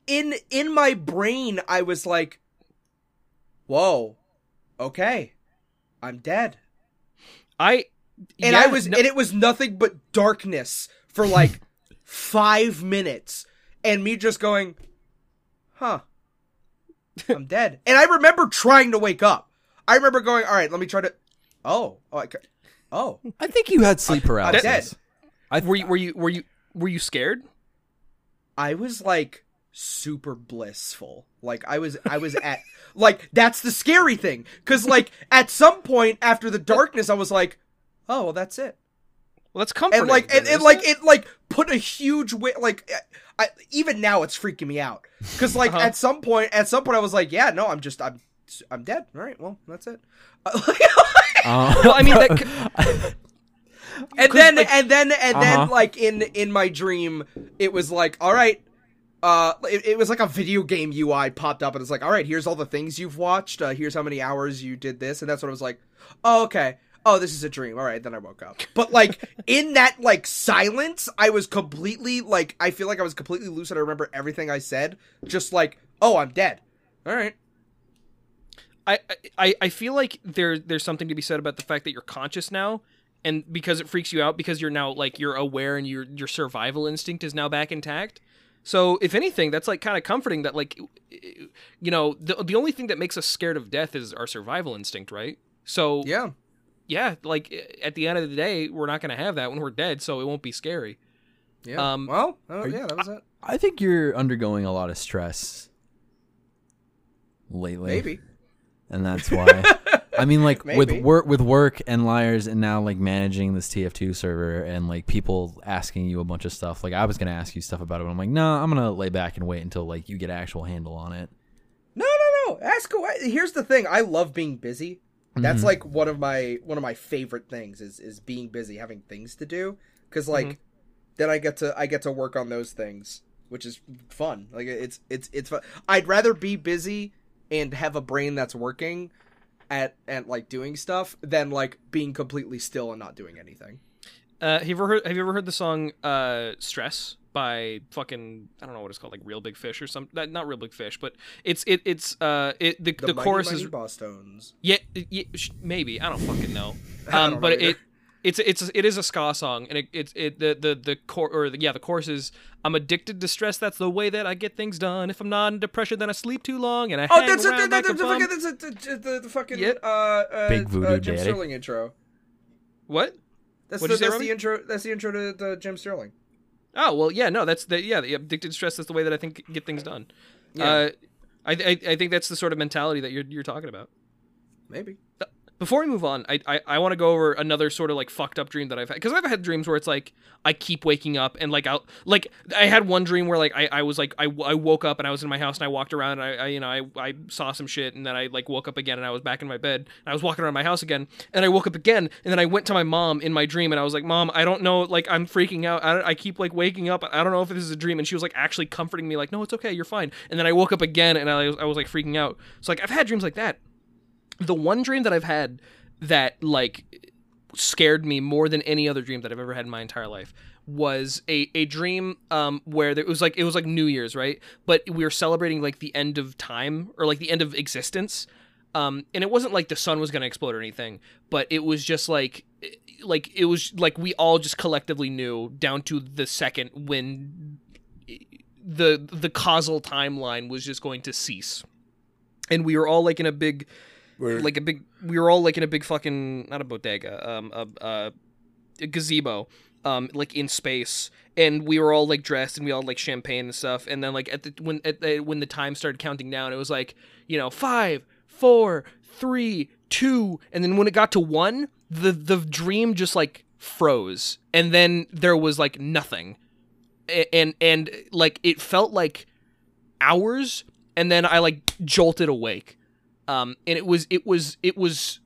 [SPEAKER 3] in in my brain, I was like, "Whoa, okay, I'm dead,"
[SPEAKER 2] I
[SPEAKER 3] and
[SPEAKER 2] yeah,
[SPEAKER 3] I was,
[SPEAKER 2] no-
[SPEAKER 3] and it was nothing but darkness for like five minutes, and me just going, "Huh." I'm dead. And I remember trying to wake up. I remember going, all right, let me try to. Oh, oh, I ca- oh.
[SPEAKER 1] I think you had sleep
[SPEAKER 3] I'm
[SPEAKER 1] paralysis.
[SPEAKER 3] dead.
[SPEAKER 1] I
[SPEAKER 2] were you were you were you were you scared?
[SPEAKER 3] I was like super blissful. Like I was, I was at like that's the scary thing because like at some point after the darkness, I was like, oh, well, that's it.
[SPEAKER 2] Well that's comforting.
[SPEAKER 3] And like, and,
[SPEAKER 2] then,
[SPEAKER 3] and
[SPEAKER 2] isn't
[SPEAKER 3] like
[SPEAKER 2] it?
[SPEAKER 3] it like put a huge wi- like. I, even now it's freaking me out because like
[SPEAKER 2] Uh-huh.
[SPEAKER 3] at some point at some point i was like yeah no i'm just i'm i'm dead all right well that's it
[SPEAKER 1] Uh,
[SPEAKER 2] Well, I mean, that could-
[SPEAKER 3] and
[SPEAKER 2] 'Cause,
[SPEAKER 3] then
[SPEAKER 2] like-
[SPEAKER 3] and then and then
[SPEAKER 1] Uh-huh.
[SPEAKER 3] like in in my dream it was like all right uh it, it was like a video game ui popped up and it's like all right here's all the things you've watched uh, here's how many hours you did this and that's what i was like oh, okay oh this is a dream all right then i woke up but like in that like silence i was completely like i feel like i was completely lucid i remember everything i said just like oh i'm dead all right
[SPEAKER 2] I, I I feel like there there's something to be said about the fact that you're conscious now, and because it freaks you out because you're now like you're aware and your your survival instinct is now back intact. So if anything, that's like kind of comforting that like you know the the only thing that makes us scared of death is our survival instinct, right? So
[SPEAKER 3] Yeah.
[SPEAKER 2] yeah, like at the end of the day, we're not gonna have that when we're dead, so it won't be scary.
[SPEAKER 3] Yeah.
[SPEAKER 2] Um,
[SPEAKER 3] well, uh,
[SPEAKER 1] Are you-
[SPEAKER 3] yeah, that was it.
[SPEAKER 1] I think you're undergoing a lot of stress lately.
[SPEAKER 3] Maybe.
[SPEAKER 1] and that's why. I mean, like with
[SPEAKER 3] Maybe.
[SPEAKER 1] work, with work and liars, and now like managing this TF2 server, and like people asking you a bunch of stuff. Like I was gonna ask you stuff about it, but I'm like, no, I'm gonna lay back and wait until like you get actual handle on it.
[SPEAKER 3] No, no, no. Ask away. Here's the thing. I love being busy. That's
[SPEAKER 2] Mm-hmm.
[SPEAKER 1] Mm-hmm.
[SPEAKER 3] like one of my one of my favorite things is is being busy, having things to do. Because like,
[SPEAKER 2] Mm-hmm.
[SPEAKER 3] then I get to I get to work on those things, which is fun. Like it's it's it's fun. I'd rather be busy and have a brain that's working at at like doing stuff than like being completely still and not doing anything.
[SPEAKER 2] Uh, have you ever heard, have you ever heard the song uh, "Stress" by fucking I don't know what it's called, like Real Big Fish or something? Not, not Real Big Fish, but it's it it's uh it the, the,
[SPEAKER 3] mighty,
[SPEAKER 2] chorus
[SPEAKER 3] mighty
[SPEAKER 2] is
[SPEAKER 3] Boss Stones.
[SPEAKER 2] yeah, yeah sh- maybe I don't fucking know. Um,
[SPEAKER 3] I don't know
[SPEAKER 2] but
[SPEAKER 3] either.
[SPEAKER 2] it. It's, it's it is a ska song and it it's it the the the core or the, yeah the chorus is I'm addicted to stress that's the way that I get things done if I'm not in depression then I sleep too long and I
[SPEAKER 3] Oh,
[SPEAKER 2] hang
[SPEAKER 3] that's it.
[SPEAKER 2] around
[SPEAKER 3] That's,
[SPEAKER 2] like
[SPEAKER 3] that's,
[SPEAKER 2] a bum.
[SPEAKER 3] fucking- that's, it, that's it, the, the fucking
[SPEAKER 2] Yep.
[SPEAKER 3] uh, uh,
[SPEAKER 1] Big
[SPEAKER 3] uh,
[SPEAKER 1] voodoo
[SPEAKER 3] Jim
[SPEAKER 1] daddy.
[SPEAKER 3] Sterling intro.
[SPEAKER 2] what
[SPEAKER 3] That's
[SPEAKER 2] What'd
[SPEAKER 3] the,
[SPEAKER 2] you say,
[SPEAKER 3] that's
[SPEAKER 2] Robbie?
[SPEAKER 3] the intro. That's the intro to, to Jim Sterling.
[SPEAKER 2] Oh well, yeah, no, that's the yeah, the addicted to stress. That's the way that I think get things done.
[SPEAKER 3] Yeah.
[SPEAKER 2] Uh, I, I I think that's the sort of mentality that you're you're talking about.
[SPEAKER 3] Maybe.
[SPEAKER 2] Before we move on, I I, I want to go over another sort of like fucked up dream that I've had because I've had dreams where it's like I keep waking up and like out like I had one dream where like I, I was like I, w- I woke up and I was in my house and I walked around and I, I you know I I saw some shit and then I like woke up again and I was back in my bed and I was walking around my house again and I woke up again and then I went to my mom in my dream and I was like mom I don't know like I'm freaking out I, don't- I keep like waking up I don't know if this is a dream and she was like actually comforting me like no it's okay you're fine and then I woke up again and I was, I was like freaking out so like I've had dreams like that the one dream that I've had that like scared me more than any other dream that I've ever had in my entire life was a, a dream um where there, it was like it was like New Year's, right? But we were celebrating like the end of time or like the end of existence. Um and it wasn't like the sun was going to explode or anything, but it was just like eh, like it was like we all just collectively knew down to the second when eh, the the causal timeline was just going to cease. And we were all like in a big like a big we were all like in a big fucking not a bodega um a, a, a gazebo um like in space and we were all like dressed and we all had, like champagne and stuff and then like at the when at the, when the time started counting down it was like you know five four three two and then when it got to one the the dream just like froze and then there was like nothing A- and and like it felt like hours and then i like jolted awake um and it was it was it was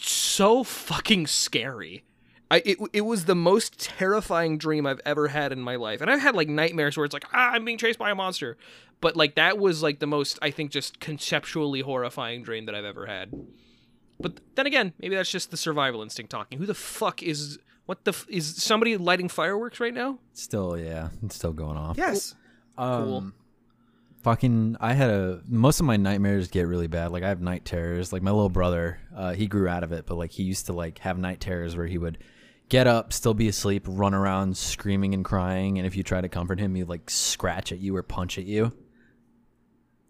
[SPEAKER 2] so fucking scary I, it, it was the most terrifying dream I've ever had in my life. And I've had like nightmares where it's like, ah, I'm being chased by a monster. But like that was like the most, I think, just conceptually horrifying dream that I've ever had. But then again, maybe that's just the survival instinct talking. Who the fuck is, what the, f- is somebody lighting fireworks right now?
[SPEAKER 1] Still, yeah, it's still going off.
[SPEAKER 3] Yes.
[SPEAKER 1] Um,
[SPEAKER 2] Cool.
[SPEAKER 1] Fucking, I had a most of my nightmares get really bad. Like I have night terrors. Like my little brother, uh, he grew out of it, but like he used to like have night terrors where he would get up, still be asleep, run around screaming and crying, and if you try to comfort him, he'd like scratch at you or punch at you.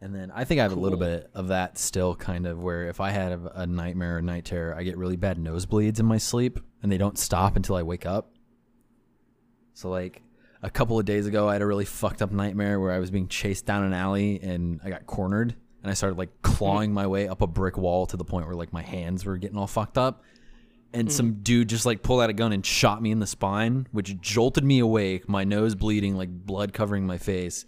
[SPEAKER 1] And then I think I have a little bit of that still, kind of where if I had a, a nightmare or night terror, I get really bad nosebleeds in my sleep, and they don't stop until I wake up. So like a couple of days ago, I had a really fucked up nightmare where I was being chased down an alley and I got cornered, and I started like clawing my way up a brick wall to the point where like my hands were getting all fucked up. And some dude just like pulled out a gun and shot me in the spine, which jolted me awake, my nose bleeding, like blood covering my face.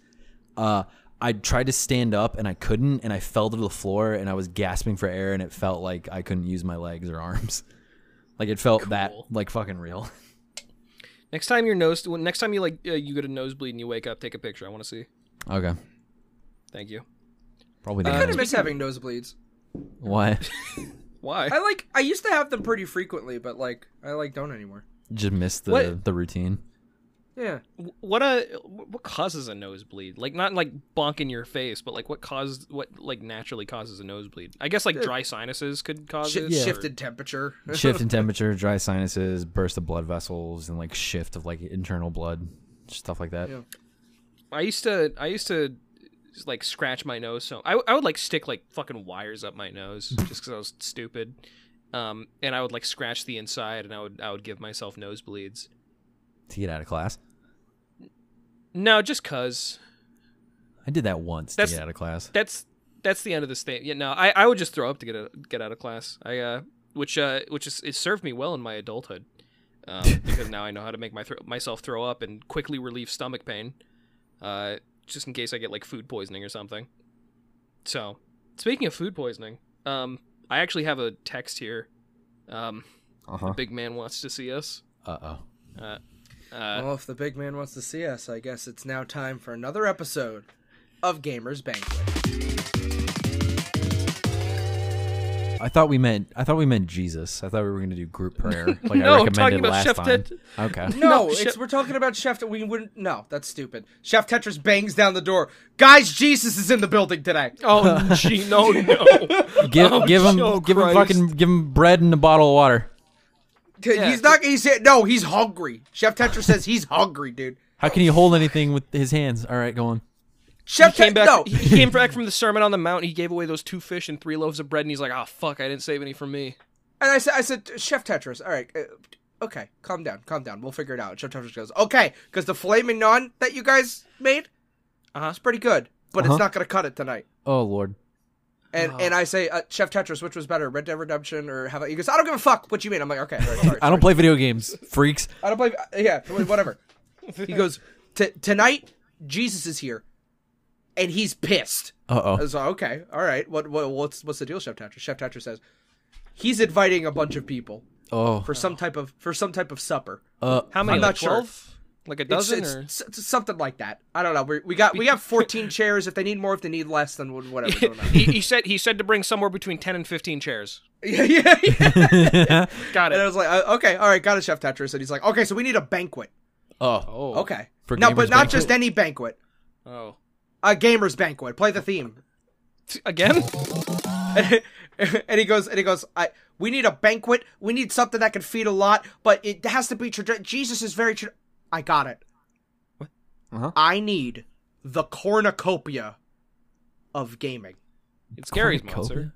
[SPEAKER 1] Uh, I tried to stand up and I couldn't, and I fell to the floor and I was gasping for air, and it felt like I couldn't use my legs or arms. Like it felt that
[SPEAKER 2] Cool.
[SPEAKER 1] like fucking real.
[SPEAKER 2] Next time your nose, when- next time you like, uh, you get a nosebleed and you wake up, take a picture. I want to see.
[SPEAKER 1] Okay,
[SPEAKER 2] Thank you.
[SPEAKER 1] probably
[SPEAKER 3] I
[SPEAKER 1] the
[SPEAKER 3] kind
[SPEAKER 1] end.
[SPEAKER 3] Uh, of miss having nosebleeds.
[SPEAKER 1] What?
[SPEAKER 2] Why?
[SPEAKER 3] I like. I used to have them pretty frequently, but like, I like don't anymore.
[SPEAKER 1] Just missed the,
[SPEAKER 2] What-
[SPEAKER 1] the routine.
[SPEAKER 4] Yeah.
[SPEAKER 2] Wh- What a what causes a nosebleed? Like not like bonk in your face, but like what caused what like naturally causes a nosebleed? I guess like dry sinuses could cause
[SPEAKER 3] Shi
[SPEAKER 2] it. or-
[SPEAKER 3] Shifted temperature.
[SPEAKER 1] Shift in temperature, dry sinuses, burst of blood vessels, and like shift of like internal blood, stuff like that.
[SPEAKER 3] Yeah.
[SPEAKER 2] I used to I used to like scratch my nose so I, I would like stick like fucking wires up my nose just because I was stupid, um, and I would like scratch the inside and I would I would give myself nosebleeds.
[SPEAKER 1] To get out of class,
[SPEAKER 2] No, just cause
[SPEAKER 1] I did that once
[SPEAKER 2] That's-
[SPEAKER 1] to get out of class.
[SPEAKER 2] that's that's the end of this thing. Yeah, no, I, I would just throw up to get out, get out of class. I uh, which uh, which is it served me well in my adulthood, um, because now I know how to make my thro- myself throw up and quickly relieve stomach pain, uh, just in case I get like food poisoning or something. So, speaking of food poisoning, um, I actually have a text here. Um,
[SPEAKER 1] Uh huh.
[SPEAKER 2] big man wants to see us.
[SPEAKER 1] Uh oh.
[SPEAKER 2] Uh,
[SPEAKER 3] well, if the big man wants to see us, I guess it's now time for another episode of Gamers Banquet.
[SPEAKER 1] I thought we meant I thought we meant Jesus. I thought we were gonna do group prayer, like
[SPEAKER 2] No,
[SPEAKER 1] I
[SPEAKER 2] I'm
[SPEAKER 1] recommended
[SPEAKER 2] talking about
[SPEAKER 1] last
[SPEAKER 2] Chef
[SPEAKER 1] time.
[SPEAKER 2] Ted.
[SPEAKER 1] Okay.
[SPEAKER 3] No,
[SPEAKER 2] No,
[SPEAKER 3] it's,
[SPEAKER 2] Chef-
[SPEAKER 3] we're talking about Chef. We wouldn't. No, that's stupid. Chef Tetris bangs down the door. Guys, Jesus is in the building today.
[SPEAKER 2] oh, gee, no, no.
[SPEAKER 1] Give give him
[SPEAKER 2] oh,
[SPEAKER 1] give him
[SPEAKER 2] Christ.
[SPEAKER 1] fucking give him bread and a bottle of water.
[SPEAKER 3] T- He's not. He's no. He's hungry. Chef Tetris says he's hungry, dude.
[SPEAKER 1] How can he hold anything with his hands? All right, go on.
[SPEAKER 3] Chef
[SPEAKER 2] came
[SPEAKER 3] Tetris.
[SPEAKER 2] back.
[SPEAKER 3] No.
[SPEAKER 2] He came back from the Sermon on the Mount. He gave away those two fish and three loaves of bread, and he's like, "Ah, fuck! I didn't save any for me."
[SPEAKER 3] And I said, I said, Chef Tetris. All right, uh, okay, calm down, calm down. We'll figure it out. Chef Tetris goes, okay, because the filet mignon that you guys made,
[SPEAKER 2] Uh-huh.
[SPEAKER 3] it's pretty good, but
[SPEAKER 1] Uh-huh.
[SPEAKER 3] it's not gonna cut it tonight.
[SPEAKER 1] Oh Lord.
[SPEAKER 3] And and I say, uh, Chef Tetris, which was better, Red Dead Redemption or how about? He goes, I don't give a fuck what you mean. I'm like, okay, all right, sorry,
[SPEAKER 1] I don't play video games, freaks.
[SPEAKER 3] I don't play. uh, Yeah, wh- whatever. he goes, "T- tonight Jesus is here, and he's pissed.
[SPEAKER 1] Uh
[SPEAKER 3] I
[SPEAKER 1] oh.
[SPEAKER 3] was like, okay, all right. What, what what's what's the deal, Chef Tetris? Chef Tetris says he's inviting a bunch of people
[SPEAKER 1] Oh.
[SPEAKER 3] for some type of for some type of supper.
[SPEAKER 1] Uh.
[SPEAKER 2] How many?
[SPEAKER 3] I'm
[SPEAKER 2] like
[SPEAKER 3] not sure.
[SPEAKER 2] twelve? Like a
[SPEAKER 3] It's-
[SPEAKER 2] dozen?
[SPEAKER 3] it's,
[SPEAKER 2] or...
[SPEAKER 3] s- s- something like that. I don't know. we we got we got 14 chairs. If they need more, if they need less, then wh- whatever. don't know.
[SPEAKER 2] he, he said he said to bring somewhere between ten and fifteen chairs.
[SPEAKER 3] yeah, yeah, yeah.
[SPEAKER 2] Got
[SPEAKER 3] And I
[SPEAKER 2] it.
[SPEAKER 3] was like, uh, okay, all right, got it, Chef Tetris. And he's like, okay, so we need a banquet.
[SPEAKER 1] Oh.
[SPEAKER 2] Oh,
[SPEAKER 3] Okay,
[SPEAKER 1] For
[SPEAKER 3] no, but
[SPEAKER 1] gamers
[SPEAKER 3] not
[SPEAKER 1] banquet?
[SPEAKER 3] just any banquet.
[SPEAKER 2] Oh,
[SPEAKER 3] A gamer's banquet. Play the theme.
[SPEAKER 2] T- again?
[SPEAKER 3] and he goes, and he goes, I. We need a banquet. We need something that can feed a lot, but it has to be. Tra- Jesus is very. Tra- I got it.
[SPEAKER 1] Uh-huh.
[SPEAKER 3] I need the cornucopia of gaming.
[SPEAKER 2] It's Gary's
[SPEAKER 1] Cornucopia?
[SPEAKER 2] monster.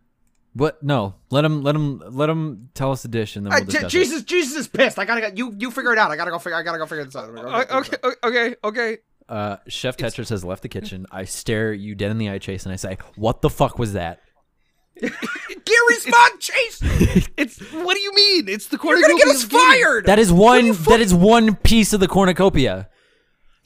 [SPEAKER 1] What? No. Let him. Let him. Let him tell us the dish, and then
[SPEAKER 3] I-
[SPEAKER 1] we'll discuss it.
[SPEAKER 3] Jesus, Jesus is pissed. I gotta go. You, you figure it out. I gotta go figure. I gotta go figure this out.
[SPEAKER 2] Uh, okay, o- okay, okay.
[SPEAKER 1] Uh, Chef Tetris has left the kitchen. I stare you dead in the eye, Chase, and I say, "What the fuck was that?"
[SPEAKER 3] Gary's fun, Chase.
[SPEAKER 2] It's what do you mean? It's the
[SPEAKER 3] You're gonna
[SPEAKER 2] cornucopia.
[SPEAKER 3] get us
[SPEAKER 2] of gaming.
[SPEAKER 3] fired.
[SPEAKER 1] That is one. That is one piece of the cornucopia.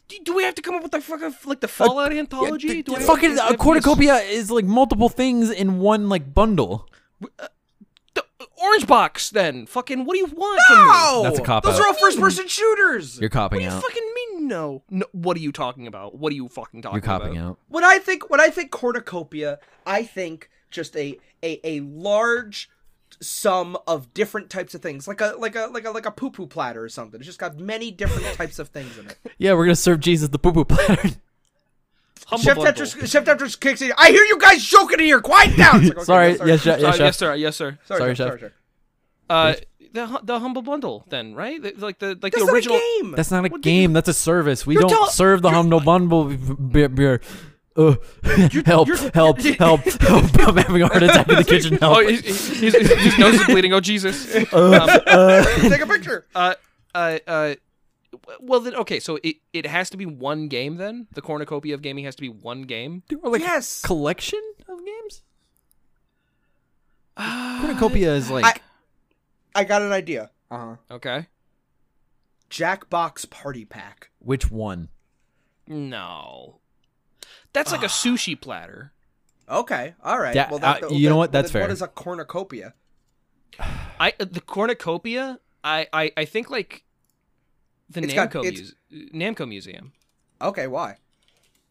[SPEAKER 2] Do, do we have to come up with like fucking like the Fallout anthology? Do I-
[SPEAKER 1] Fucking
[SPEAKER 2] is-
[SPEAKER 1] a
[SPEAKER 2] is-
[SPEAKER 1] cornucopia is like multiple things in one like bundle.
[SPEAKER 2] the- uh, Orange box, then. Fucking. What do you want from me?
[SPEAKER 3] No,
[SPEAKER 1] That's a cop
[SPEAKER 3] Those
[SPEAKER 1] out.
[SPEAKER 3] are all first-person shooters.
[SPEAKER 1] You're copping
[SPEAKER 2] What do you
[SPEAKER 1] out.
[SPEAKER 2] fucking mean no? no? What are you talking about? What are you fucking talking
[SPEAKER 1] You're
[SPEAKER 2] about?
[SPEAKER 1] copping out.
[SPEAKER 3] When I think when I think cornucopia, I think just a a, a large sum of different types of things, like a like a like a like a poo poo platter or something. It's just got many different types of things in it.
[SPEAKER 1] Yeah, we're gonna serve Jesus the poo poo platter.
[SPEAKER 2] Humble
[SPEAKER 3] Chef
[SPEAKER 2] bundle.
[SPEAKER 3] Tetris, Chef Tetris kicks in. I hear you guys joking in here. Quiet down. It's like, okay,
[SPEAKER 1] sorry,
[SPEAKER 3] no,
[SPEAKER 1] yes, chef,
[SPEAKER 2] Sorry,
[SPEAKER 1] yes, chef.
[SPEAKER 2] yes, sir. Yes, sir.
[SPEAKER 3] sorry,
[SPEAKER 1] sorry, Chef.
[SPEAKER 3] sorry, sorry.
[SPEAKER 2] Uh, the hu- the humble bundle, then, right? The- like the like
[SPEAKER 3] That's
[SPEAKER 2] the original.
[SPEAKER 3] not a game.
[SPEAKER 1] That's not a game. that's a service. We don't
[SPEAKER 2] tell-
[SPEAKER 1] serve the humble bundle beer. beer. Uh, help, help, help, help. I'm having a heart attack in the kitchen. Help.
[SPEAKER 2] Oh, his, his, his- his nose is bleeding. Oh Jesus. Um,
[SPEAKER 3] Take a picture.
[SPEAKER 2] Uh, uh, uh. Well, then, okay. So it it has to be one game then. The cornucopia of gaming has to be one game.
[SPEAKER 1] Or like
[SPEAKER 3] Yes.
[SPEAKER 1] collection of games?
[SPEAKER 2] Uh,
[SPEAKER 1] Cornucopia is like
[SPEAKER 3] I got an idea.
[SPEAKER 2] Okay.
[SPEAKER 3] Jackbox Party Pack.
[SPEAKER 1] which one?
[SPEAKER 2] No. That's like a sushi platter.
[SPEAKER 3] Okay, all right.
[SPEAKER 1] Yeah,
[SPEAKER 3] well, that,
[SPEAKER 1] uh, you know what?
[SPEAKER 3] then-
[SPEAKER 1] That's
[SPEAKER 3] then
[SPEAKER 1] fair.
[SPEAKER 3] What is a cornucopia?
[SPEAKER 2] I the cornucopia. I I, I think like the
[SPEAKER 3] It's got-
[SPEAKER 2] Namco
[SPEAKER 3] it's-
[SPEAKER 2] Muse- Namco Museum.
[SPEAKER 3] Okay, why?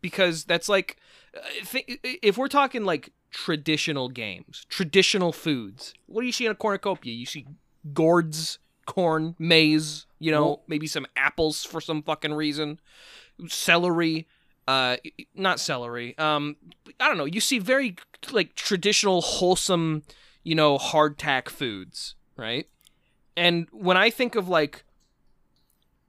[SPEAKER 2] because that's like I thi- if we're talking like traditional games, traditional foods, what do you see in a cornucopia? You see gourds, corn, maize, you know,
[SPEAKER 3] Well-
[SPEAKER 2] maybe some apples for some fucking reason, celery, uh not celery. Um I don't know. You see very like traditional wholesome, you know, hardtack foods, right? And when I think of like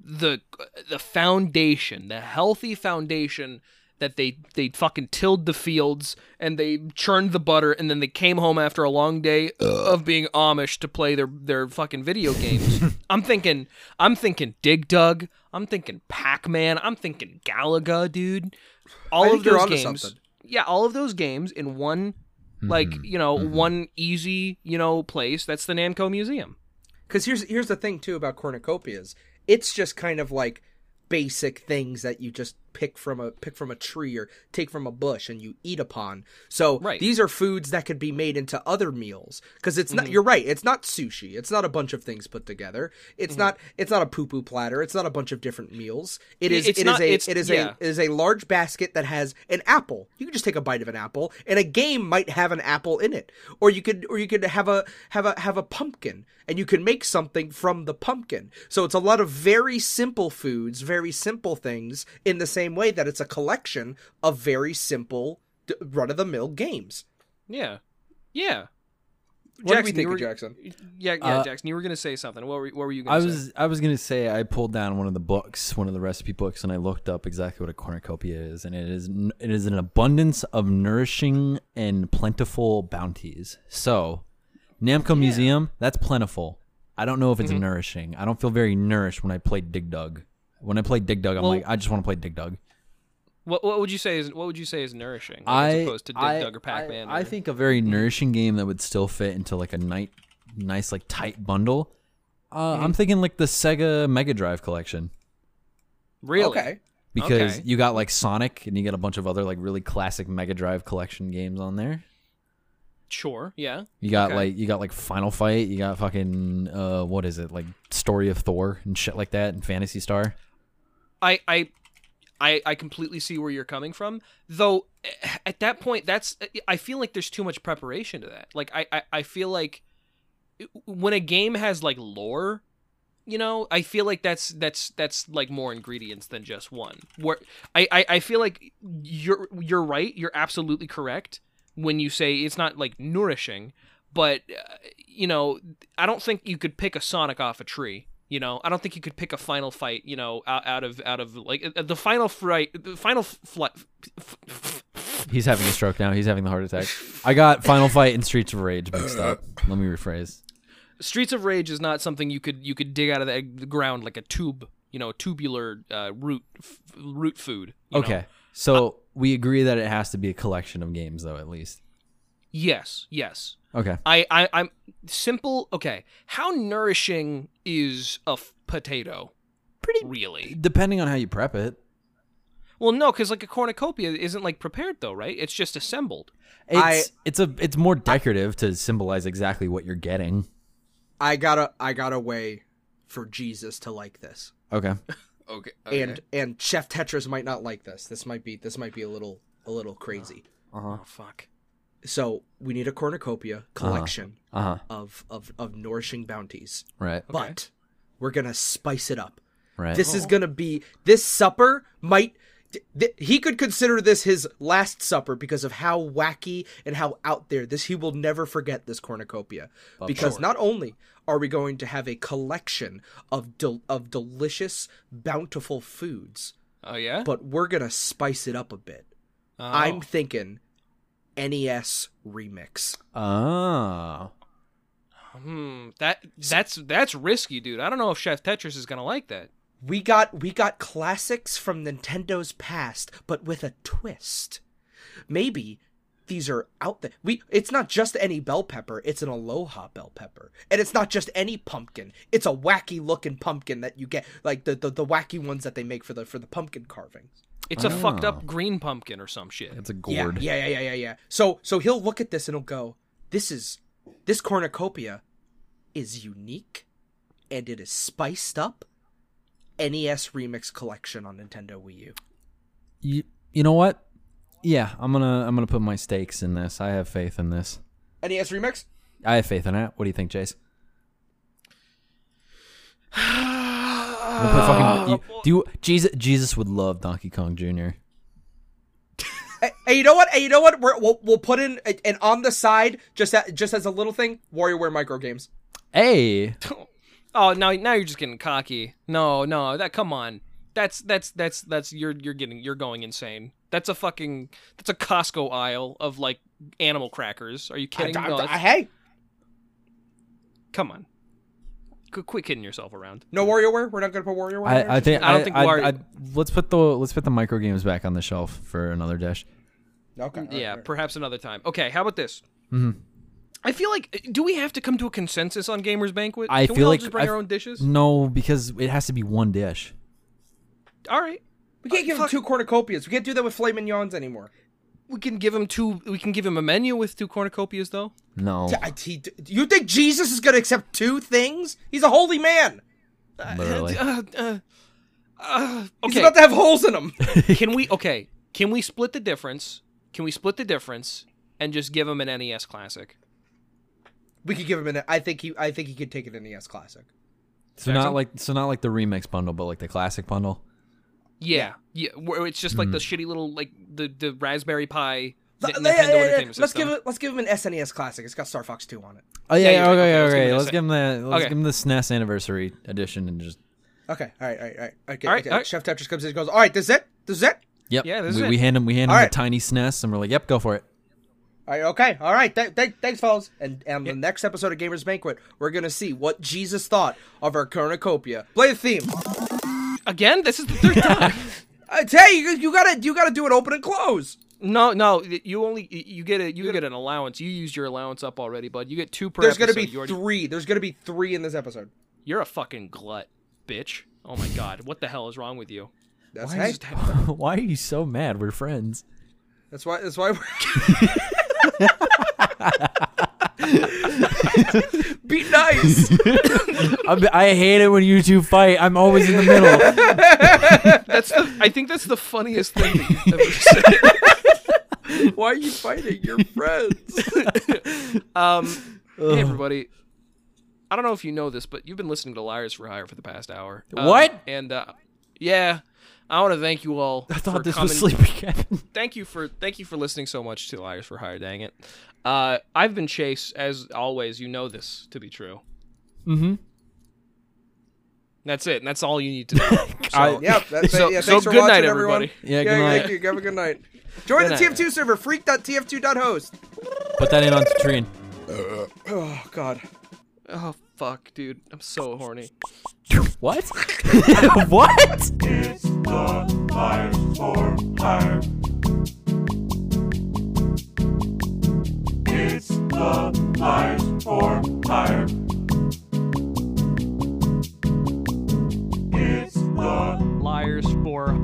[SPEAKER 2] the the foundation, the healthy foundation that they they fucking tilled the fields and they churned the butter and then they came home after a long day of being Amish to play their their fucking video games. I'm thinking I'm thinking Dig Dug, I'm thinking Pac-Man, I'm thinking Galaga, dude. All
[SPEAKER 3] I
[SPEAKER 2] of
[SPEAKER 3] think you're
[SPEAKER 2] those
[SPEAKER 3] onto
[SPEAKER 2] games.
[SPEAKER 3] something. Mm-hmm.
[SPEAKER 2] Yeah, all of those games in one like, you know, one easy, you know, place. That's the Namco Museum.
[SPEAKER 3] Because here's here's the thing too about cornucopias. It's just kind of like basic things that you just pick from a pick from a tree or take from a bush and you eat upon. So
[SPEAKER 2] Right.
[SPEAKER 3] these are foods that could be made into other meals. Because it's
[SPEAKER 1] Mm-hmm.
[SPEAKER 3] not you're right, it's not sushi. It's not a bunch of things put together.
[SPEAKER 1] Mm-hmm.
[SPEAKER 3] It's not it's not a poo poo platter. It's not a bunch of different meals. It is
[SPEAKER 2] It's
[SPEAKER 3] it is
[SPEAKER 2] not-
[SPEAKER 3] a
[SPEAKER 2] it's-
[SPEAKER 3] it is
[SPEAKER 2] yeah.
[SPEAKER 3] a it is a large basket that has an apple. You can just take a bite of an apple, and a game might have an apple in it, or you could or you could have a have a have a pumpkin, and you can make something from the pumpkin. So it's a lot of very simple foods, very simple things, in the same way that it's a collection of very simple run of the mill games.
[SPEAKER 2] Yeah. Yeah.
[SPEAKER 3] What
[SPEAKER 2] Jackson,
[SPEAKER 3] do we
[SPEAKER 2] you
[SPEAKER 3] think
[SPEAKER 2] were-
[SPEAKER 3] of Jackson?
[SPEAKER 2] Yeah, yeah,
[SPEAKER 1] Uh,
[SPEAKER 2] Jackson, you were gonna say something. What were, what were you gonna
[SPEAKER 1] I
[SPEAKER 2] say?
[SPEAKER 1] was I was gonna say I pulled down one of the books, one of the recipe books, and I looked up exactly what a cornucopia is, and it is n- it is an abundance of nourishing and plentiful bounties. So, Namco Museum, that's plentiful. I don't know if it's
[SPEAKER 2] Mm-hmm.
[SPEAKER 1] nourishing. I don't feel very nourished when I play Dig Dug. When I play Dig Dug, I'm
[SPEAKER 2] Well-
[SPEAKER 1] like, I just want to play Dig Dug.
[SPEAKER 2] What what would you say is what would you say is nourishing
[SPEAKER 1] I
[SPEAKER 2] as opposed to Dig
[SPEAKER 1] I-
[SPEAKER 2] Dug or Mm-hmm. Pac Man?
[SPEAKER 1] I, I think a very nourishing game that would still fit into like a night, nice like tight bundle. Uh,
[SPEAKER 2] Mm-hmm.
[SPEAKER 1] I'm thinking like the Sega Mega Drive collection.
[SPEAKER 2] really.
[SPEAKER 3] Okay,
[SPEAKER 1] because
[SPEAKER 2] Okay.
[SPEAKER 1] you got like Sonic and you got a bunch of other like really classic Mega Drive collection games on there.
[SPEAKER 2] Sure. Yeah.
[SPEAKER 1] You got
[SPEAKER 2] Okay.
[SPEAKER 1] like you got like Final Fight, you got fucking uh what is it? Like Story of Thor and shit like that and Fantasy Star.
[SPEAKER 2] I I I, I completely see where you're coming from. Though eh, at that point, that's I feel like there's too much preparation to that. Like I I, I feel like when a game has like lore you know i feel like that's that's that's like more ingredients than just one where I, I i feel like you're you're right you're absolutely correct when you say it's not like nourishing but uh, you know i don't think you could pick a sonic off a tree you know i don't think you could pick a final fight you know out, out of out of like uh, the final fight the final flight
[SPEAKER 1] He's having a stroke now. He's having the heart attack. I got Final Fight and Streets of Rage mixed up. Let me rephrase.
[SPEAKER 2] Streets of Rage is not something you could you could dig out of the, the ground like a tube, you know, a tubular uh, root f- root food. you know?
[SPEAKER 1] okay. So we agree that it has to be a collection of games though at least.
[SPEAKER 2] Yes. Yes.
[SPEAKER 1] Okay.
[SPEAKER 2] I, I I'm simple. Okay. How nourishing is a f- potato? Pretty really.
[SPEAKER 1] Depending on how you prep it.
[SPEAKER 2] Well, no, because like a cornucopia isn't like prepared though, right? It's just assembled.
[SPEAKER 1] It's
[SPEAKER 3] I-
[SPEAKER 1] it's a it's more decorative to symbolize exactly what you're getting.
[SPEAKER 3] I gotta I gotta way for Jesus to like this.
[SPEAKER 1] Okay.
[SPEAKER 4] Okay.
[SPEAKER 3] and and Chef Tetris might not like this. This might be this might be a little a little crazy.
[SPEAKER 2] Oh fuck.
[SPEAKER 3] So we need a cornucopia collection
[SPEAKER 1] Uh-huh.
[SPEAKER 3] of, of of nourishing bounties,
[SPEAKER 1] Right.
[SPEAKER 3] but we're gonna spice it up.
[SPEAKER 1] Right.
[SPEAKER 3] This is gonna be this supper might. th- th- He could consider this his last supper because of how wacky and how out there this he will never forget this cornucopia. because not only are we going to have a collection of del- of delicious, bountiful foods,
[SPEAKER 2] Oh yeah.
[SPEAKER 3] but we're gonna spice it up a bit.
[SPEAKER 2] Oh.
[SPEAKER 3] I'm thinking NES remix.
[SPEAKER 1] Ah.
[SPEAKER 2] Hmm. That that's that's risky, dude. I don't know if Chef Tetris is gonna like that.
[SPEAKER 3] We got we got classics from Nintendo's past, but with a twist. Maybe these are out there. We it's not just any bell pepper, it's an Aloha bell pepper. And it's not just any pumpkin. It's a wacky looking pumpkin that you get like the, the, the wacky ones that they make for the for the pumpkin carvings.
[SPEAKER 2] It's a fucked
[SPEAKER 1] Oh.
[SPEAKER 2] up green pumpkin or some shit.
[SPEAKER 1] It's a
[SPEAKER 3] Yeah,
[SPEAKER 1] gourd.
[SPEAKER 3] Yeah, yeah, yeah, yeah, yeah. So so he'll look at this and he'll go, "This is this cornucopia is unique, and it is spiced up." NES Remix Collection on Nintendo Wii U.
[SPEAKER 1] You, you know what? Yeah, I'm gonna I'm gonna put my stakes in this. I have faith in this.
[SPEAKER 3] NES Remix.
[SPEAKER 1] I have faith in it. What do you think, Jace? We'll put fucking- you- do you, Jesus, Jesus would love Donkey Kong Jr.
[SPEAKER 3] And, and you know what? And you know what? We're, we'll we'll put in and on the side just a, just as a little thing, WarioWare micro games.
[SPEAKER 1] Hey,
[SPEAKER 2] Oh, now now you're just getting cocky. No, no, that come on. That's that's that's that's you're you're getting you're going insane. That's a fucking that's a Costco aisle of like animal crackers. Are you kidding?
[SPEAKER 3] I- I-
[SPEAKER 2] no,
[SPEAKER 3] I-
[SPEAKER 2] that's-
[SPEAKER 3] hey,
[SPEAKER 2] come on. Qu- quit kidding yourself around.
[SPEAKER 3] no WarioWare. We're not gonna put WarioWare. in there?
[SPEAKER 1] I, I think
[SPEAKER 2] I
[SPEAKER 1] I
[SPEAKER 2] don't
[SPEAKER 1] I,
[SPEAKER 2] think
[SPEAKER 1] I,
[SPEAKER 2] Wario-
[SPEAKER 1] let's put the let's put the micro games back on the shelf for another dish.
[SPEAKER 3] Okay. all right,
[SPEAKER 2] yeah,
[SPEAKER 3] all right.
[SPEAKER 2] perhaps another time. Okay, how about this?
[SPEAKER 1] Mhm.
[SPEAKER 2] I feel like do we have to come to a consensus on Gamers Banquet?
[SPEAKER 1] I Mm.
[SPEAKER 2] Can we
[SPEAKER 1] feel
[SPEAKER 2] all
[SPEAKER 1] like
[SPEAKER 2] just bring
[SPEAKER 1] I've-
[SPEAKER 2] our own dishes.
[SPEAKER 1] No, because it has to be one dish.
[SPEAKER 2] All right.
[SPEAKER 3] We can't give
[SPEAKER 2] Fuck.
[SPEAKER 3] them two cornucopias. We can't do that with filet mignons anymore.
[SPEAKER 2] We can give him two. We can give him a menu with two cornucopias, though.
[SPEAKER 1] No,
[SPEAKER 3] Yeah, I- he- you think Jesus is going to accept two things? He's a holy man.
[SPEAKER 1] literally.
[SPEAKER 2] Uh, uh, uh,
[SPEAKER 3] He's
[SPEAKER 2] okay.
[SPEAKER 3] about to have holes in him.
[SPEAKER 2] can we? Okay. Can we split the difference? Can we split the difference and just give him an NES Classic?
[SPEAKER 3] we could give him an. I think he. I think he could take an NES classic.
[SPEAKER 1] So not like so not like the remix bundle, but like the classic bundle.
[SPEAKER 2] Yeah. Yeah. where it's just like the shitty little like the the Raspberry Pi. N-
[SPEAKER 3] Let-
[SPEAKER 2] Nintendo
[SPEAKER 3] let-
[SPEAKER 2] Entertainment
[SPEAKER 3] let's give
[SPEAKER 2] System.
[SPEAKER 3] it. Let's give him an SNES classic. It's got Star Fox Two on it.
[SPEAKER 1] Oh yeah,
[SPEAKER 2] Yeah, you're
[SPEAKER 1] yeah
[SPEAKER 2] right.
[SPEAKER 1] okay, okay,
[SPEAKER 2] Okay, let's
[SPEAKER 1] Let's give him the let's
[SPEAKER 2] Okay.
[SPEAKER 1] give him the SNES anniversary edition and just
[SPEAKER 3] Okay. All right. All right. All right. Okay.
[SPEAKER 2] All right,
[SPEAKER 3] okay.
[SPEAKER 2] all right.
[SPEAKER 3] Chef Tetris comes in and goes. All right. This is it. This is it.
[SPEAKER 1] yep.
[SPEAKER 2] Yeah, this
[SPEAKER 1] we,
[SPEAKER 2] is it.
[SPEAKER 1] we hand him we hand him
[SPEAKER 3] All
[SPEAKER 1] the
[SPEAKER 3] right.
[SPEAKER 1] tiny SNES and we're like, yep, go for it.
[SPEAKER 3] All right. Okay. All right. Th- th- thanks, fellas. And and the next episode of Gamers Banquet, we're gonna see what Jesus thought of our cornucopia. Play the theme. Uh,
[SPEAKER 2] again. This is the third time.
[SPEAKER 3] I tell you, you gotta you gotta do an open and close.
[SPEAKER 2] No, no. y- You only y- you get a you get an allowance. You used your allowance up already, bud. You get two per.
[SPEAKER 3] There's gonna
[SPEAKER 2] episode.
[SPEAKER 3] be
[SPEAKER 2] You already-
[SPEAKER 3] three. There's gonna be three in this episode.
[SPEAKER 2] You're a fucking glut, bitch. Oh my god, what the hell is wrong with you?
[SPEAKER 3] That's
[SPEAKER 2] Why
[SPEAKER 3] hey,
[SPEAKER 2] is that-
[SPEAKER 1] Why are you so mad? We're friends.
[SPEAKER 3] That's why. That's why. We're... Be nice.
[SPEAKER 1] I, I hate it when you two fight. I'm always in the middle.
[SPEAKER 2] That's the, I think that's the funniest thing that you've ever said.
[SPEAKER 3] why are you fighting? You're friends.
[SPEAKER 2] Um, hey everybody. I don't know if you know this, but you've been listening to Liars for Hire for the past hour. Uh,
[SPEAKER 1] What?
[SPEAKER 2] And uh, yeah, I want to thank you all.
[SPEAKER 1] I
[SPEAKER 2] for
[SPEAKER 1] thought this
[SPEAKER 2] coming-
[SPEAKER 1] was Sleepy Kevin.
[SPEAKER 2] thank you for thank you for listening so much to Liars for Hire. Dang it, uh, I've been Chase as always. You know this to be true.
[SPEAKER 1] Mm-hmm.
[SPEAKER 2] That's it. And that's all you need to know. So,
[SPEAKER 1] I-
[SPEAKER 3] Yep. That's
[SPEAKER 2] So-
[SPEAKER 3] it. Yeah,
[SPEAKER 2] so
[SPEAKER 3] thanks for
[SPEAKER 2] good
[SPEAKER 3] watching,
[SPEAKER 2] night,
[SPEAKER 3] everyone.
[SPEAKER 2] everybody.
[SPEAKER 1] Yeah,
[SPEAKER 3] yeah,
[SPEAKER 1] good
[SPEAKER 3] yeah,
[SPEAKER 1] night.
[SPEAKER 3] thank you. Have a good night. Join
[SPEAKER 2] Good
[SPEAKER 3] the
[SPEAKER 2] night.
[SPEAKER 3] TF2 server, freak.tf2.host.
[SPEAKER 1] Put that in on Katrine.
[SPEAKER 3] Oh, God.
[SPEAKER 2] oh fuck, dude, I'm so horny.
[SPEAKER 1] What? what?
[SPEAKER 5] It's the Liars for Hire. It's the Liars for Hire. It's the
[SPEAKER 2] Liars for